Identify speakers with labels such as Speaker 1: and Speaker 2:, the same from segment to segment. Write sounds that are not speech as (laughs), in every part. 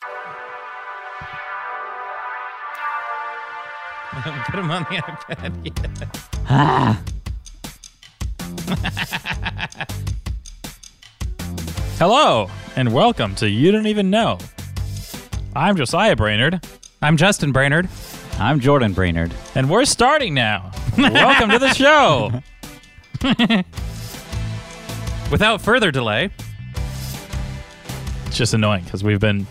Speaker 1: (laughs)
Speaker 2: Put him on the iPad. Yeah.
Speaker 3: Ah.
Speaker 1: (laughs) Hello, and welcome to You Don't Even Know. I'm Josiah Brainerd,
Speaker 2: I'm Justin Brainerd.
Speaker 3: I'm Jordan Brainerd.
Speaker 1: and we're starting now. (laughs) welcome to the show. (laughs)
Speaker 2: Without further delay,
Speaker 1: It's just annoying because we've been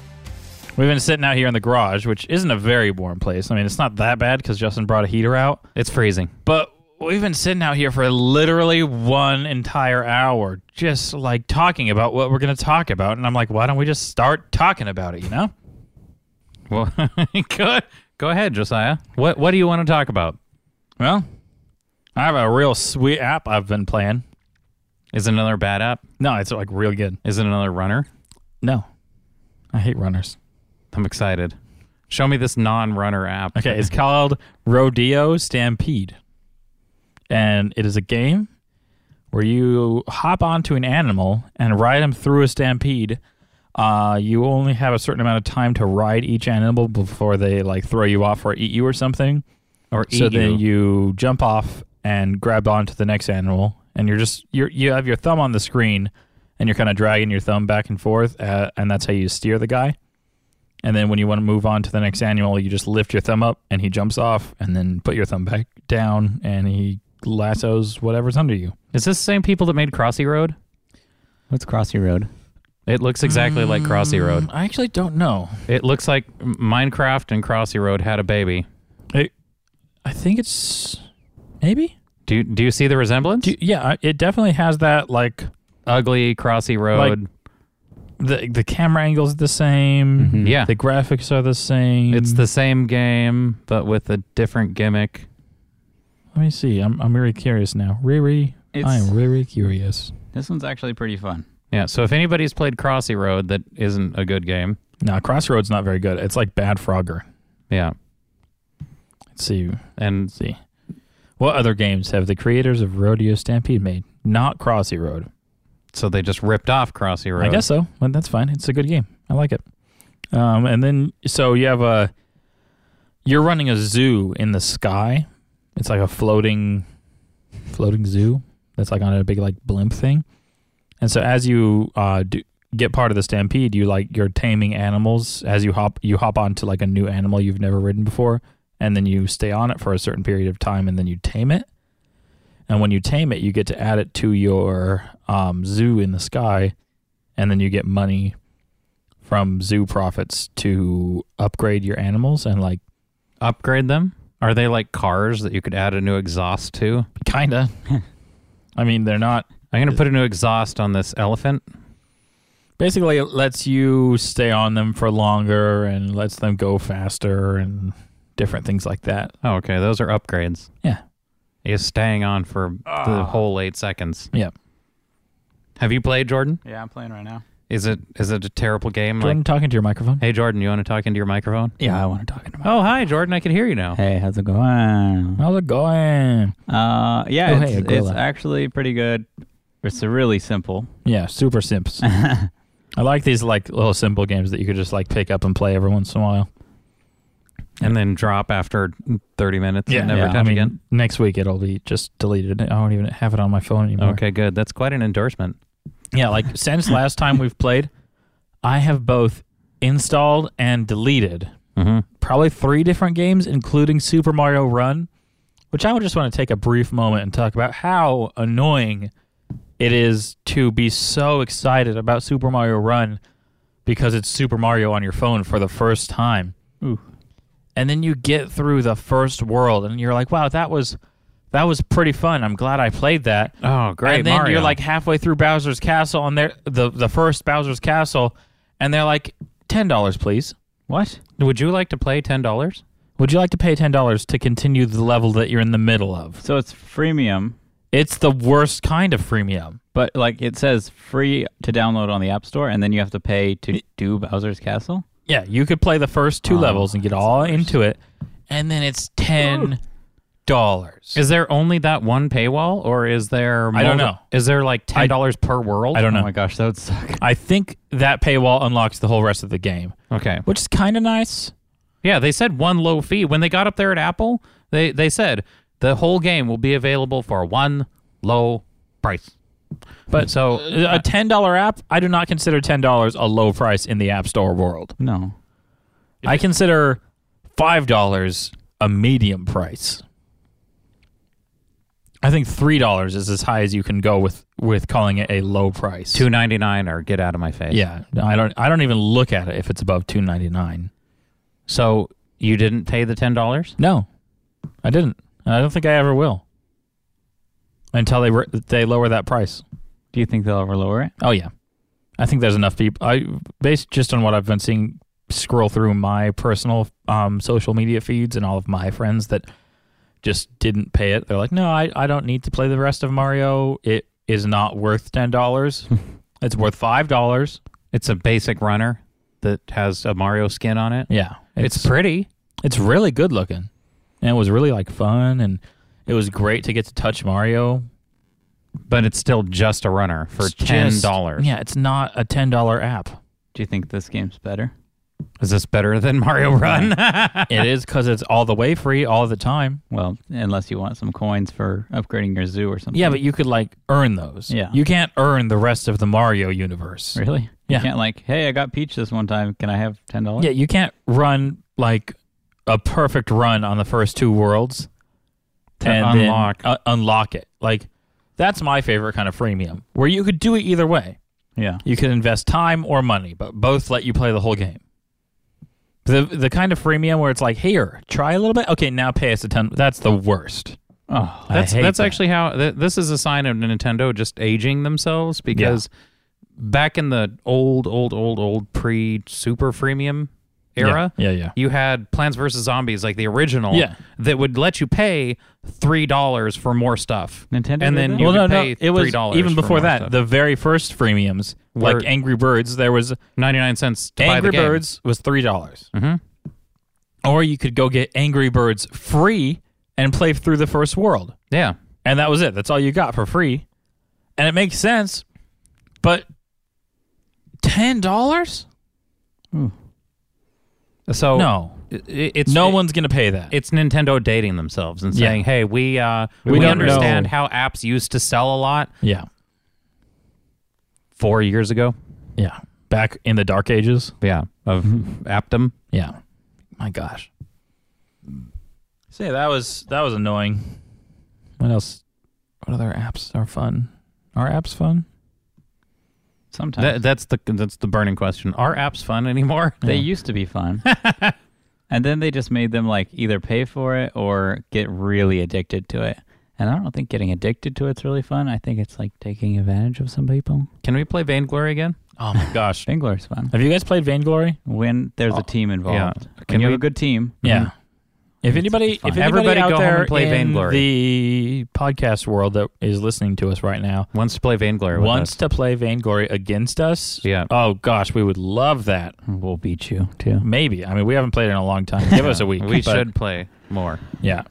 Speaker 1: we've been sitting out here in the garage, which isn't a very warm place. I mean, it's not that bad because Justin brought a heater out,
Speaker 2: it's freezing.
Speaker 1: but we've been sitting out here for literally one entire hour, just like talking about what we're gonna talk about. And I'm like, why don't we just start talking about it? You know?
Speaker 2: Well, (laughs) go, go ahead, Josiah. What What do you want to talk about?
Speaker 1: Well, I have a real sweet app I've been playing.
Speaker 2: Is it another bad app?
Speaker 1: No, it's like real good.
Speaker 2: Is it another runner?
Speaker 1: No, I hate runners.
Speaker 2: I'm excited. Show me this non-runner app.
Speaker 1: Okay, it's called Rodeo Stampede. And it is a game where you hop onto an animal and ride him through a stampede. Uh, you only have a certain amount of time to ride each animal before they like throw you off or eat you or something.
Speaker 2: or
Speaker 1: so
Speaker 2: eat
Speaker 1: then
Speaker 2: you.
Speaker 1: you jump off and grab onto the next animal, and you're just you are you have your thumb on the screen, and you're kind of dragging your thumb back and forth, uh, and that's how you steer the guy. And then when you want to move on to the next animal, you just lift your thumb up, and he jumps off, and then put your thumb back down, and he lassos whatever's under you.
Speaker 2: Is this the same people that made Crossy Road?
Speaker 3: What's Crossy Road?
Speaker 2: It looks exactly like
Speaker 3: Mm.
Speaker 2: Crossy Road.
Speaker 1: Mm, I actually don't know.
Speaker 2: It looks like M- Minecraft and Crossy Road had a baby.
Speaker 1: I, I think it's maybe.
Speaker 2: Do you, Do you see the resemblance?
Speaker 1: Do, yeah, I- it definitely has that like
Speaker 2: Ugly Crossy Road.
Speaker 1: the the camera angle's the same.
Speaker 2: Yeah.
Speaker 1: The graphics are the same.
Speaker 2: It's the same game, but with a different gimmick.
Speaker 1: Let me see. I'm I'm really curious now. Riri, I
Speaker 3: It's-
Speaker 1: am really curious.
Speaker 3: This one's actually pretty fun.
Speaker 2: Yeah. So if anybody's played Crossy Road, that isn't a good game.
Speaker 1: No, Crossroads not very good. It's like Bad Frogger.
Speaker 2: Yeah.
Speaker 1: Let's see.
Speaker 2: And
Speaker 1: Let's see. What other games have the creators of Rodeo Stampede made? Not Crossy Road.
Speaker 2: so they just ripped off Crossy Road.
Speaker 1: I guess so. Well, that's fine. It's a good game. I like it. Um, and then so you have a you're running a zoo in the sky. It's like a floating floating zoo that's like on a big like blimp thing. And so as you uh, do, get part of the stampede, you like you're taming animals as you hop you hop onto like a new animal you've never ridden before, and then you stay on it for a certain period of time, and then you tame it. And when you tame it, you get to add it to your um, zoo in the sky, and then you get money from zoo profits to upgrade your animals and like
Speaker 2: Upgrade them. Are they like cars that you could add a new exhaust to?
Speaker 3: (laughs)
Speaker 1: kinda. I mean, they're not
Speaker 2: I'm gonna put a new exhaust on this elephant.
Speaker 1: basically it lets you stay on them for longer and lets them go faster and different things like that.
Speaker 2: Oh, okay. Those are upgrades.
Speaker 1: Yeah.
Speaker 2: He's staying on for the whole eight seconds.
Speaker 1: Yeah.
Speaker 2: Have you played Jordan?
Speaker 3: Yeah, I'm playing right now.
Speaker 2: Is it is it a terrible game?
Speaker 1: Jordan,
Speaker 2: Like,
Speaker 1: talking to your microphone.
Speaker 2: hey Jordan, you want to talk into your microphone?
Speaker 3: Yeah, I want to talk into my.
Speaker 2: Oh, hi Jordan. I can hear you now.
Speaker 3: Hey, how's it going?
Speaker 1: How's it going?
Speaker 3: Uh, yeah,
Speaker 1: Oh,
Speaker 3: it's,
Speaker 1: hey, a
Speaker 3: it's
Speaker 1: gorilla.
Speaker 3: actually pretty good. It's really simple.
Speaker 1: Yeah, super
Speaker 3: (laughs)
Speaker 1: simps. I like these like little simple games that you could just like pick up and play every once in a while.
Speaker 2: (laughs) And then drop after 30 minutes and never
Speaker 3: yeah.
Speaker 2: touch
Speaker 1: I mean,
Speaker 2: again.
Speaker 1: next week it'll be just deleted. I don't even have it on my phone anymore.
Speaker 2: Okay, good. That's quite an endorsement.
Speaker 1: Yeah, like since last time we've played, I have both installed and deleted
Speaker 2: Mm-hmm.
Speaker 1: probably three different games, including Super Mario Run, which I would just want to take a brief moment and talk about how annoying it is to be so excited about Super Mario Run because it's Super Mario on your phone for the first time.
Speaker 3: Ooh.
Speaker 1: And then you get through the first world and you're like, wow, that was that was pretty fun. I'm glad I played that.
Speaker 2: Oh, great.
Speaker 1: And then
Speaker 2: Mario.
Speaker 1: you're like halfway through Bowser's Castle, and they're the the first Bowser's Castle, and they're like ten dollars, please.
Speaker 3: What?
Speaker 2: would you like to play $10?
Speaker 1: Would you like to pay ten dollars to continue the level that you're in the middle of?
Speaker 3: So it's freemium,
Speaker 1: It's the worst kind of freemium.
Speaker 3: but like it says free to download on the App Store, and then you have to pay to do Bowser's Castle.
Speaker 1: Yeah, you could play the first two
Speaker 3: Oh,
Speaker 1: levels and get all into it, and then it's ten dollars.
Speaker 2: Is there only that one paywall or is there
Speaker 1: I don't
Speaker 2: multi-
Speaker 1: know.
Speaker 2: Is there like $10 per world?
Speaker 1: I don't
Speaker 3: Oh
Speaker 1: know.
Speaker 3: my gosh, that would suck.
Speaker 1: I think that paywall unlocks the whole rest of the game,
Speaker 2: Okay.
Speaker 1: which is kind of nice.
Speaker 2: Yeah, they said one low fee when they got up there at Apple. They they said the whole game will be available for one low price.
Speaker 1: But
Speaker 2: So
Speaker 1: a ten dollar app, I do not consider ten dollars a low price in the app store world.
Speaker 3: No.
Speaker 1: I consider five dollars a medium price. I think three dollars is as high as you can go with with calling it a low price.
Speaker 2: two ninety nine or get out of my face.
Speaker 1: yeah, I don't. I don't even look at it if it's above two ninety nine.
Speaker 2: So you didn't pay the ten dollars?
Speaker 1: No, I didn't. And I don't think I ever will. Until they re- they lower that price.
Speaker 3: Do you think they'll ever lower it?
Speaker 1: Oh yeah, I think there's enough people. I based just on what I've been seeing, scroll through my personal um, social media feeds and all of my friends that just didn't pay it. They're like, no, I, I don't need to play the rest of Mario. It is not worth ten
Speaker 2: (laughs)
Speaker 1: dollars. it's worth five dollars.
Speaker 2: It's a basic runner that has a Mario skin on it.
Speaker 1: Yeah,
Speaker 2: It's, pretty.
Speaker 1: It's really good looking. And it was really like fun and it was great to get to touch Mario.
Speaker 2: But it's still just a runner for
Speaker 1: It's
Speaker 2: ten
Speaker 1: just-
Speaker 2: dollars.
Speaker 1: Yeah, it's not a ten dollar app.
Speaker 3: Do you think this game's better?
Speaker 2: Is this better than Mario Run?
Speaker 1: it is because it's all the way free all the time.
Speaker 3: Well, unless you want some coins for upgrading your zoo or something.
Speaker 1: Yeah, but you could like earn those.
Speaker 3: Yeah.
Speaker 1: You can't earn the rest of the Mario universe.
Speaker 3: really?
Speaker 1: Yeah.
Speaker 3: You can't like, hey, I got Peach this one time. Can I have ten dollars?
Speaker 1: Yeah, you can't run like a perfect run on the first two worlds
Speaker 2: To
Speaker 1: then,
Speaker 2: unlock.
Speaker 1: uh, unlock it. Like that's my favorite kind of freemium where you could do it either way.
Speaker 3: Yeah.
Speaker 1: You could invest time or money, but both let you play the whole game. The the kind of freemium where it's like, here, try a little bit. Okay, now pay us a ton. That's the worst.
Speaker 3: Oh,
Speaker 1: I
Speaker 2: That's
Speaker 1: hate
Speaker 2: that's
Speaker 1: that.
Speaker 2: actually how th- this is a sign of Nintendo just aging themselves because back in the old old old old pre Super Freemium era,
Speaker 1: Yeah, yeah.
Speaker 2: you had Plants vs Zombies like the original
Speaker 1: Yeah.
Speaker 2: that would let you pay three dollars for more stuff.
Speaker 3: Nintendo
Speaker 2: and
Speaker 3: did
Speaker 2: then
Speaker 3: that?
Speaker 2: you
Speaker 1: well, no,
Speaker 2: could
Speaker 1: no.
Speaker 2: pay
Speaker 1: It
Speaker 2: three
Speaker 1: was
Speaker 2: dollars
Speaker 1: even before that. The very first freemiums,
Speaker 2: Were-
Speaker 1: like Angry Birds, there was
Speaker 2: ninety nine cents to buy
Speaker 1: Angry
Speaker 2: the game.
Speaker 1: Birds was three dollars,
Speaker 2: Mhm.
Speaker 1: or you could go get Angry Birds free and play through the first world,
Speaker 2: Yeah,
Speaker 1: and that was it. That's all you got for free, and it makes sense, but ten dollars?
Speaker 2: so
Speaker 1: No,
Speaker 2: i- i- it's
Speaker 1: no
Speaker 2: Oh, it-
Speaker 1: one's gonna pay that.
Speaker 2: It's Nintendo dating themselves and
Speaker 1: Yeah.
Speaker 2: saying, "Hey, we uh,
Speaker 1: We
Speaker 2: we,
Speaker 1: don't
Speaker 2: understand
Speaker 1: know.
Speaker 2: how apps used to sell a lot
Speaker 1: yeah,
Speaker 2: four years ago."
Speaker 1: yeah. Back in the dark ages.
Speaker 2: Yeah, of
Speaker 1: Mm-hmm.
Speaker 2: Aptum.
Speaker 1: Yeah. My gosh. So yeah, that was that was annoying. What else? What other apps are fun? Are apps fun?
Speaker 3: Sometimes
Speaker 2: That, that's the that's the burning question. Are apps fun anymore?
Speaker 3: they used to be (laughs) fun, and then they just made them like either pay for it or get really addicted to it. And I don't think getting addicted to it's really fun. I think it's like taking advantage of some people.
Speaker 2: Can we play Vainglory again?
Speaker 1: Oh my gosh.
Speaker 3: Bangler's fun
Speaker 1: Have you guys played Vainglory?
Speaker 3: when there's a team involved.
Speaker 2: yeah.
Speaker 3: When
Speaker 2: Can
Speaker 3: you
Speaker 2: we-
Speaker 3: have a good team?
Speaker 1: Yeah. If
Speaker 3: It's
Speaker 1: anybody, Mm-hmm. if
Speaker 3: fun.
Speaker 1: anybody
Speaker 2: Everybody
Speaker 1: out
Speaker 2: go home
Speaker 1: there
Speaker 2: and play
Speaker 1: in
Speaker 2: Vainglory.
Speaker 1: the podcast world that is listening to us right now
Speaker 2: Wants to play Vainglory with
Speaker 1: wants
Speaker 2: us.
Speaker 1: to play Vainglory against us,
Speaker 2: Yeah.
Speaker 1: Oh gosh, we would love that.
Speaker 3: mm, We'll beat you too.
Speaker 1: Maybe. I mean, we haven't played it in a long time. Give us a week. (laughs)
Speaker 2: We
Speaker 1: but-
Speaker 2: should play more.
Speaker 1: Yeah.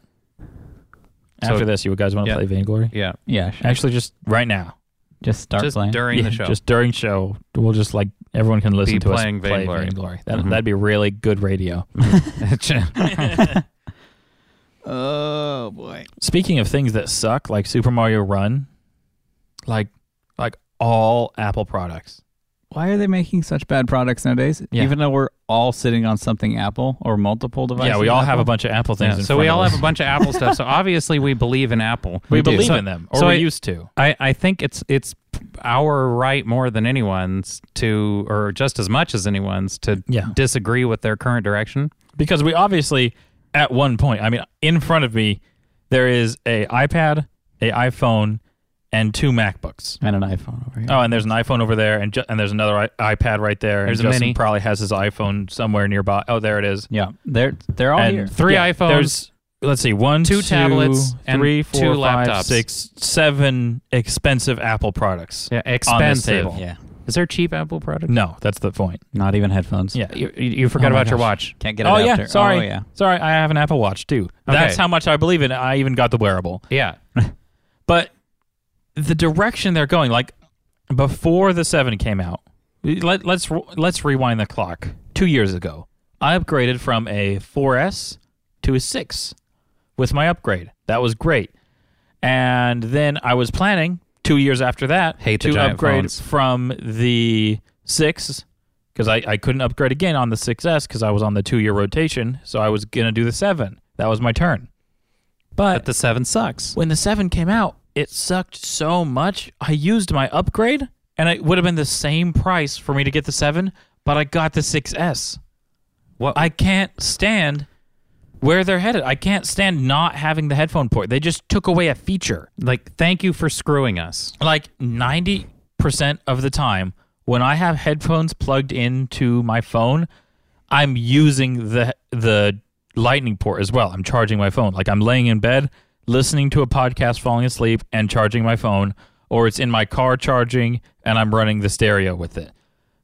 Speaker 2: So-
Speaker 1: After this, you guys want to
Speaker 2: Yeah.
Speaker 1: play Vainglory?
Speaker 2: Yeah,
Speaker 3: Yeah, sure.
Speaker 1: Actually, just right now.
Speaker 3: just start
Speaker 2: just
Speaker 3: playing.
Speaker 2: during
Speaker 1: Yeah,
Speaker 2: the show. (laughs)
Speaker 1: Just during show, we'll just like everyone can listen
Speaker 2: Be
Speaker 1: to us
Speaker 2: playing
Speaker 1: play
Speaker 2: Vainglory.
Speaker 1: Vainglory. That,
Speaker 2: Mhm.
Speaker 1: That'd be really good radio.
Speaker 3: oh boy.
Speaker 1: Speaking of things that suck, like Super Mario Run, like like all Apple products.
Speaker 3: Why are they making such bad products nowadays?
Speaker 1: Yeah.
Speaker 3: Even though we're all sitting on something Apple or multiple devices.
Speaker 1: yeah, we all have a
Speaker 3: Apple.
Speaker 1: bunch of Apple
Speaker 2: Yeah,
Speaker 1: things. in
Speaker 2: so
Speaker 1: front
Speaker 2: we
Speaker 1: of
Speaker 2: all
Speaker 1: us.
Speaker 2: have a bunch of Apple
Speaker 1: (laughs)
Speaker 2: stuff. So obviously we believe in Apple.
Speaker 1: we,
Speaker 3: we do.
Speaker 1: believe
Speaker 2: So-
Speaker 1: in them, or
Speaker 2: so
Speaker 1: we
Speaker 2: I-
Speaker 1: used to.
Speaker 2: I, I think it's it's our right more than anyone's to, or just as much as anyone's to
Speaker 1: Yeah.
Speaker 2: disagree with their current direction.
Speaker 1: because we obviously at one point i mean in front of me there is a ipad a iphone and two macbooks
Speaker 3: and an iPhone over here.
Speaker 1: oh and there's an iphone over there and ju- and there's another I- ipad right there
Speaker 2: There's a
Speaker 1: and Justin
Speaker 2: mini.
Speaker 1: probably has his iphone somewhere nearby oh there it is
Speaker 3: Yeah, they're they're all
Speaker 1: and
Speaker 3: here.
Speaker 2: Three iPhones.
Speaker 1: there's let's see one
Speaker 2: Two tablets and
Speaker 1: three, four,
Speaker 2: two
Speaker 1: five,
Speaker 2: laptops.
Speaker 1: six, seven expensive apple products
Speaker 2: Yeah,
Speaker 1: on this
Speaker 2: expensive.
Speaker 1: table
Speaker 3: Yeah,
Speaker 2: Is there cheap Apple product?
Speaker 1: no that's the point
Speaker 3: not even headphones.
Speaker 1: yeah
Speaker 2: You, you, you forgot
Speaker 1: Oh my
Speaker 2: about your
Speaker 1: gosh.
Speaker 2: watch.
Speaker 3: can't get.
Speaker 1: oh
Speaker 3: it
Speaker 1: yeah
Speaker 3: after.
Speaker 1: sorry
Speaker 3: Oh yeah.
Speaker 1: sorry i have an apple watch too that's
Speaker 2: Okay.
Speaker 1: how much i believe in it. i even got the wearable
Speaker 2: Yeah.
Speaker 1: but the direction they're going like before the 7 came out let, let's let's rewind the clock 2 years ago I upgraded from a 4S to a 6 with my upgrade. That was great. And then I was planning two years after that
Speaker 2: Hate the
Speaker 1: to
Speaker 2: giant
Speaker 1: upgrade
Speaker 2: phones.
Speaker 1: from the 6 because I, I couldn't upgrade again on the 6S because I was on the two year rotation. So I was going to do the 7. That was my turn. But
Speaker 2: But the seven sucks.
Speaker 1: when the 7 came out, it sucked so much. I used my upgrade and it would have been the same price for me to get the 7, but I got the 6S.
Speaker 2: What?
Speaker 1: I can't stand where they're headed. I can't stand not having the headphone port. They just took away a feature.
Speaker 2: like, thank you for screwing us.
Speaker 1: Like 90% of the time, when I have headphones plugged into my phone, I'm using the the lightning port as well. I'm charging my phone. Like I'm laying in bed, listening to a podcast, falling asleep and charging my phone, or it's in my car charging and I'm running the stereo with it.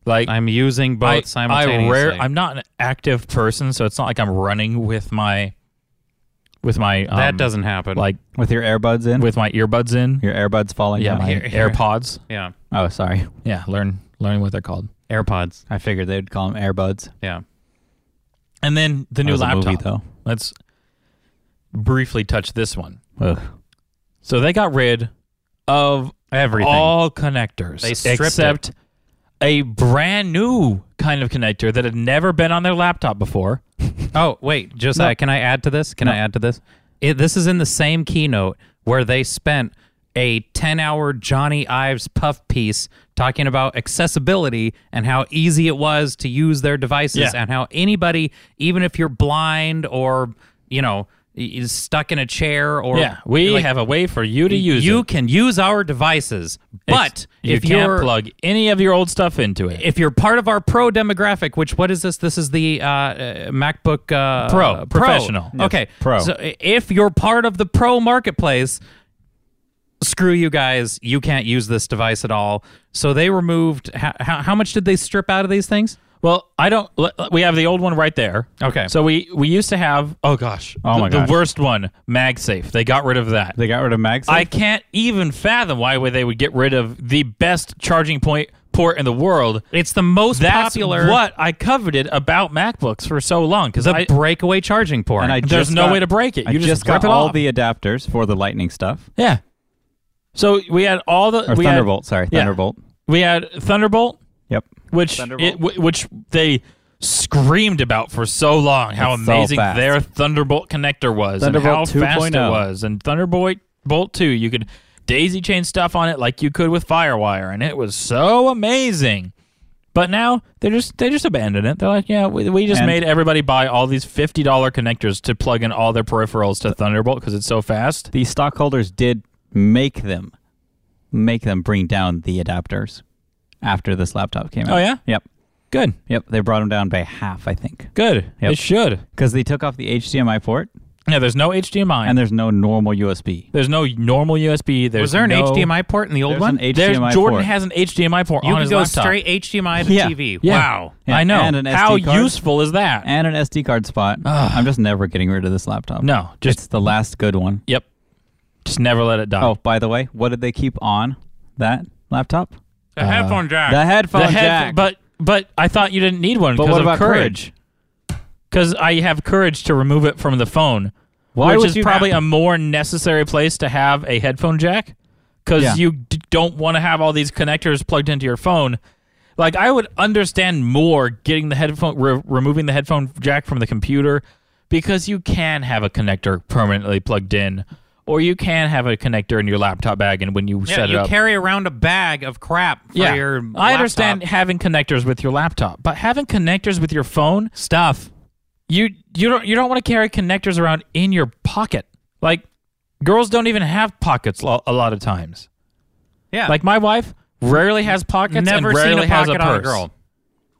Speaker 1: Like
Speaker 2: I'm using both simultaneously.
Speaker 1: I rare, I'm not an active person, so it's not like I'm running with my with my um,
Speaker 2: that doesn't happen.
Speaker 1: like
Speaker 3: With your earbuds in?
Speaker 1: with my earbuds in.
Speaker 3: your earbuds falling
Speaker 1: Yeah,
Speaker 3: out.
Speaker 1: my
Speaker 2: here- here.
Speaker 1: AirPods.
Speaker 2: yeah,
Speaker 3: Oh, sorry.
Speaker 1: Yeah, learn learn what they're called.
Speaker 2: AirPods.
Speaker 3: I figured they'd call them earbuds.
Speaker 2: Yeah,
Speaker 1: And then the new
Speaker 3: was a
Speaker 1: laptop.
Speaker 3: movie, though.
Speaker 1: Let's briefly touch this one.
Speaker 3: Ugh.
Speaker 1: So they got rid of
Speaker 2: everything.
Speaker 1: all connectors
Speaker 2: They stripped it.
Speaker 1: except a brand new kind of connector that had never been on their laptop before.
Speaker 2: oh wait, Josiah, can I add to this? Can I add to this? It, this is in the same keynote where they spent a 10-hour Johnny Ives puff piece talking about accessibility and how easy it was to use their devices
Speaker 1: Yeah.
Speaker 2: and how anybody, even if you're blind or you know i- is stuck in a chair or
Speaker 1: Yeah, we
Speaker 2: like,
Speaker 1: have a way for you to use
Speaker 2: you
Speaker 1: it.
Speaker 2: can use our devices, but
Speaker 1: you
Speaker 2: if
Speaker 1: can't
Speaker 2: you're
Speaker 1: plug any of your old stuff into it.
Speaker 2: if you're part of our pro demographic, which what is this? This is the uh, uh, MacBook uh,
Speaker 1: Pro, professional. Yes,
Speaker 2: Okay,
Speaker 3: pro.
Speaker 2: So i- if you're part of the pro marketplace, screw you guys. You can't use this device at all. So they removed. How, how, how much did they strip out of these things?
Speaker 1: Well, I don't. l- l- We have the old one right there.
Speaker 2: Okay.
Speaker 1: So we we used to have. Oh gosh.
Speaker 3: Oh,
Speaker 1: the,
Speaker 3: my gosh.
Speaker 1: The worst one, MagSafe. They got rid of that.
Speaker 3: They got rid of Max.
Speaker 1: I can't even fathom why would they would get rid of the best charging point port in the world.
Speaker 2: It's the most
Speaker 1: That's
Speaker 2: popular.
Speaker 1: what I coveted about MacBooks for so long because
Speaker 2: the
Speaker 1: I
Speaker 2: breakaway charging port.
Speaker 3: and I
Speaker 1: there's
Speaker 3: just
Speaker 1: no
Speaker 3: got-
Speaker 1: way to break it.
Speaker 3: I
Speaker 1: You
Speaker 3: just,
Speaker 1: just
Speaker 3: got
Speaker 1: rip it
Speaker 3: all
Speaker 1: off.
Speaker 3: the adapters for the lightning stuff.
Speaker 1: yeah. So we had all the
Speaker 3: Or
Speaker 1: we had-
Speaker 3: Thunderbolt, sorry,
Speaker 1: yeah.
Speaker 3: Thunderbolt.
Speaker 1: we had Thunderbolt,
Speaker 3: Yep.
Speaker 1: which
Speaker 3: Thunderbolt.
Speaker 1: it, w- which they screamed about for so long how
Speaker 3: It's so
Speaker 1: amazing
Speaker 3: fast.
Speaker 1: their Thunderbolt connector was
Speaker 3: Thunderbolt oh.
Speaker 1: and how fast it
Speaker 3: 2.0.
Speaker 1: was and Thunderbolt Bolt 2 you could daisy chain stuff on it like you could with Firewire and it was so amazing but now they just they just abandoned it they're like yeah we, we just
Speaker 3: And-
Speaker 1: made everybody buy all these $50 connectors to plug in all their peripherals to Thunderbolt cuz it's so fast
Speaker 3: The stockholders did make them make them bring down the adapters after this laptop came out.
Speaker 1: Oh, yeah?
Speaker 3: Yep.
Speaker 1: good
Speaker 3: Yep. They brought them down by half, I think.
Speaker 1: good
Speaker 3: Yep.
Speaker 1: it should
Speaker 3: Because they took off the HDMI port
Speaker 1: yeah there's no HDMI
Speaker 3: and there's no normal USB.
Speaker 1: there's no normal USB there's
Speaker 2: was there an
Speaker 1: no-
Speaker 2: HDMI port in the old
Speaker 3: There's
Speaker 2: one?
Speaker 3: an HDMI
Speaker 1: There's, Jordan
Speaker 3: port.
Speaker 1: has an HDMI port
Speaker 2: you
Speaker 1: on
Speaker 2: can
Speaker 1: his
Speaker 2: go
Speaker 1: laptop.
Speaker 2: straight HDMI to
Speaker 3: Yeah.
Speaker 2: TV.
Speaker 1: Yeah.
Speaker 2: Wow.
Speaker 3: Yeah.
Speaker 1: I know.
Speaker 3: And an SD
Speaker 1: How
Speaker 3: card.
Speaker 1: useful is that?
Speaker 3: and an SD card spot. I'm just never getting rid of this laptop.
Speaker 1: no, just
Speaker 3: It's the last good one.
Speaker 1: yep. Just never let it die.
Speaker 3: Oh, by the way, what did they keep on that laptop?
Speaker 2: The headphone jack.
Speaker 3: uh, The headphone
Speaker 1: Uh, the head,
Speaker 3: jack.
Speaker 1: But but I thought you didn't need one
Speaker 3: But
Speaker 1: because
Speaker 3: what
Speaker 1: of
Speaker 3: about
Speaker 1: courage. Because I have courage to remove it from the phone,
Speaker 3: Why
Speaker 1: which
Speaker 3: would
Speaker 1: is
Speaker 3: you
Speaker 1: probably
Speaker 3: have-
Speaker 1: a more necessary place to have a headphone jack. Because
Speaker 3: Yeah.
Speaker 1: you d- don't want to have all these connectors plugged into your phone. Like I would understand more getting the headphone, re- removing the headphone jack from the computer, because you can have a connector permanently plugged in, or you can have a connector in your laptop bag, and when you
Speaker 2: Yeah,
Speaker 1: set
Speaker 2: you
Speaker 1: it up,
Speaker 2: carry around a bag of crap for
Speaker 1: yeah.
Speaker 2: your
Speaker 1: I
Speaker 2: laptop.
Speaker 1: understand having connectors with your laptop, but having connectors with your phone stuff, you you don't you don't want to carry connectors around in your pocket. Like girls don't even have pockets lo- a lot of times.
Speaker 2: Yeah.
Speaker 1: Like my wife rarely has pockets.
Speaker 2: never
Speaker 1: and
Speaker 2: seen
Speaker 1: rarely
Speaker 2: a pocket
Speaker 1: has a
Speaker 2: on a
Speaker 1: purse.
Speaker 2: girl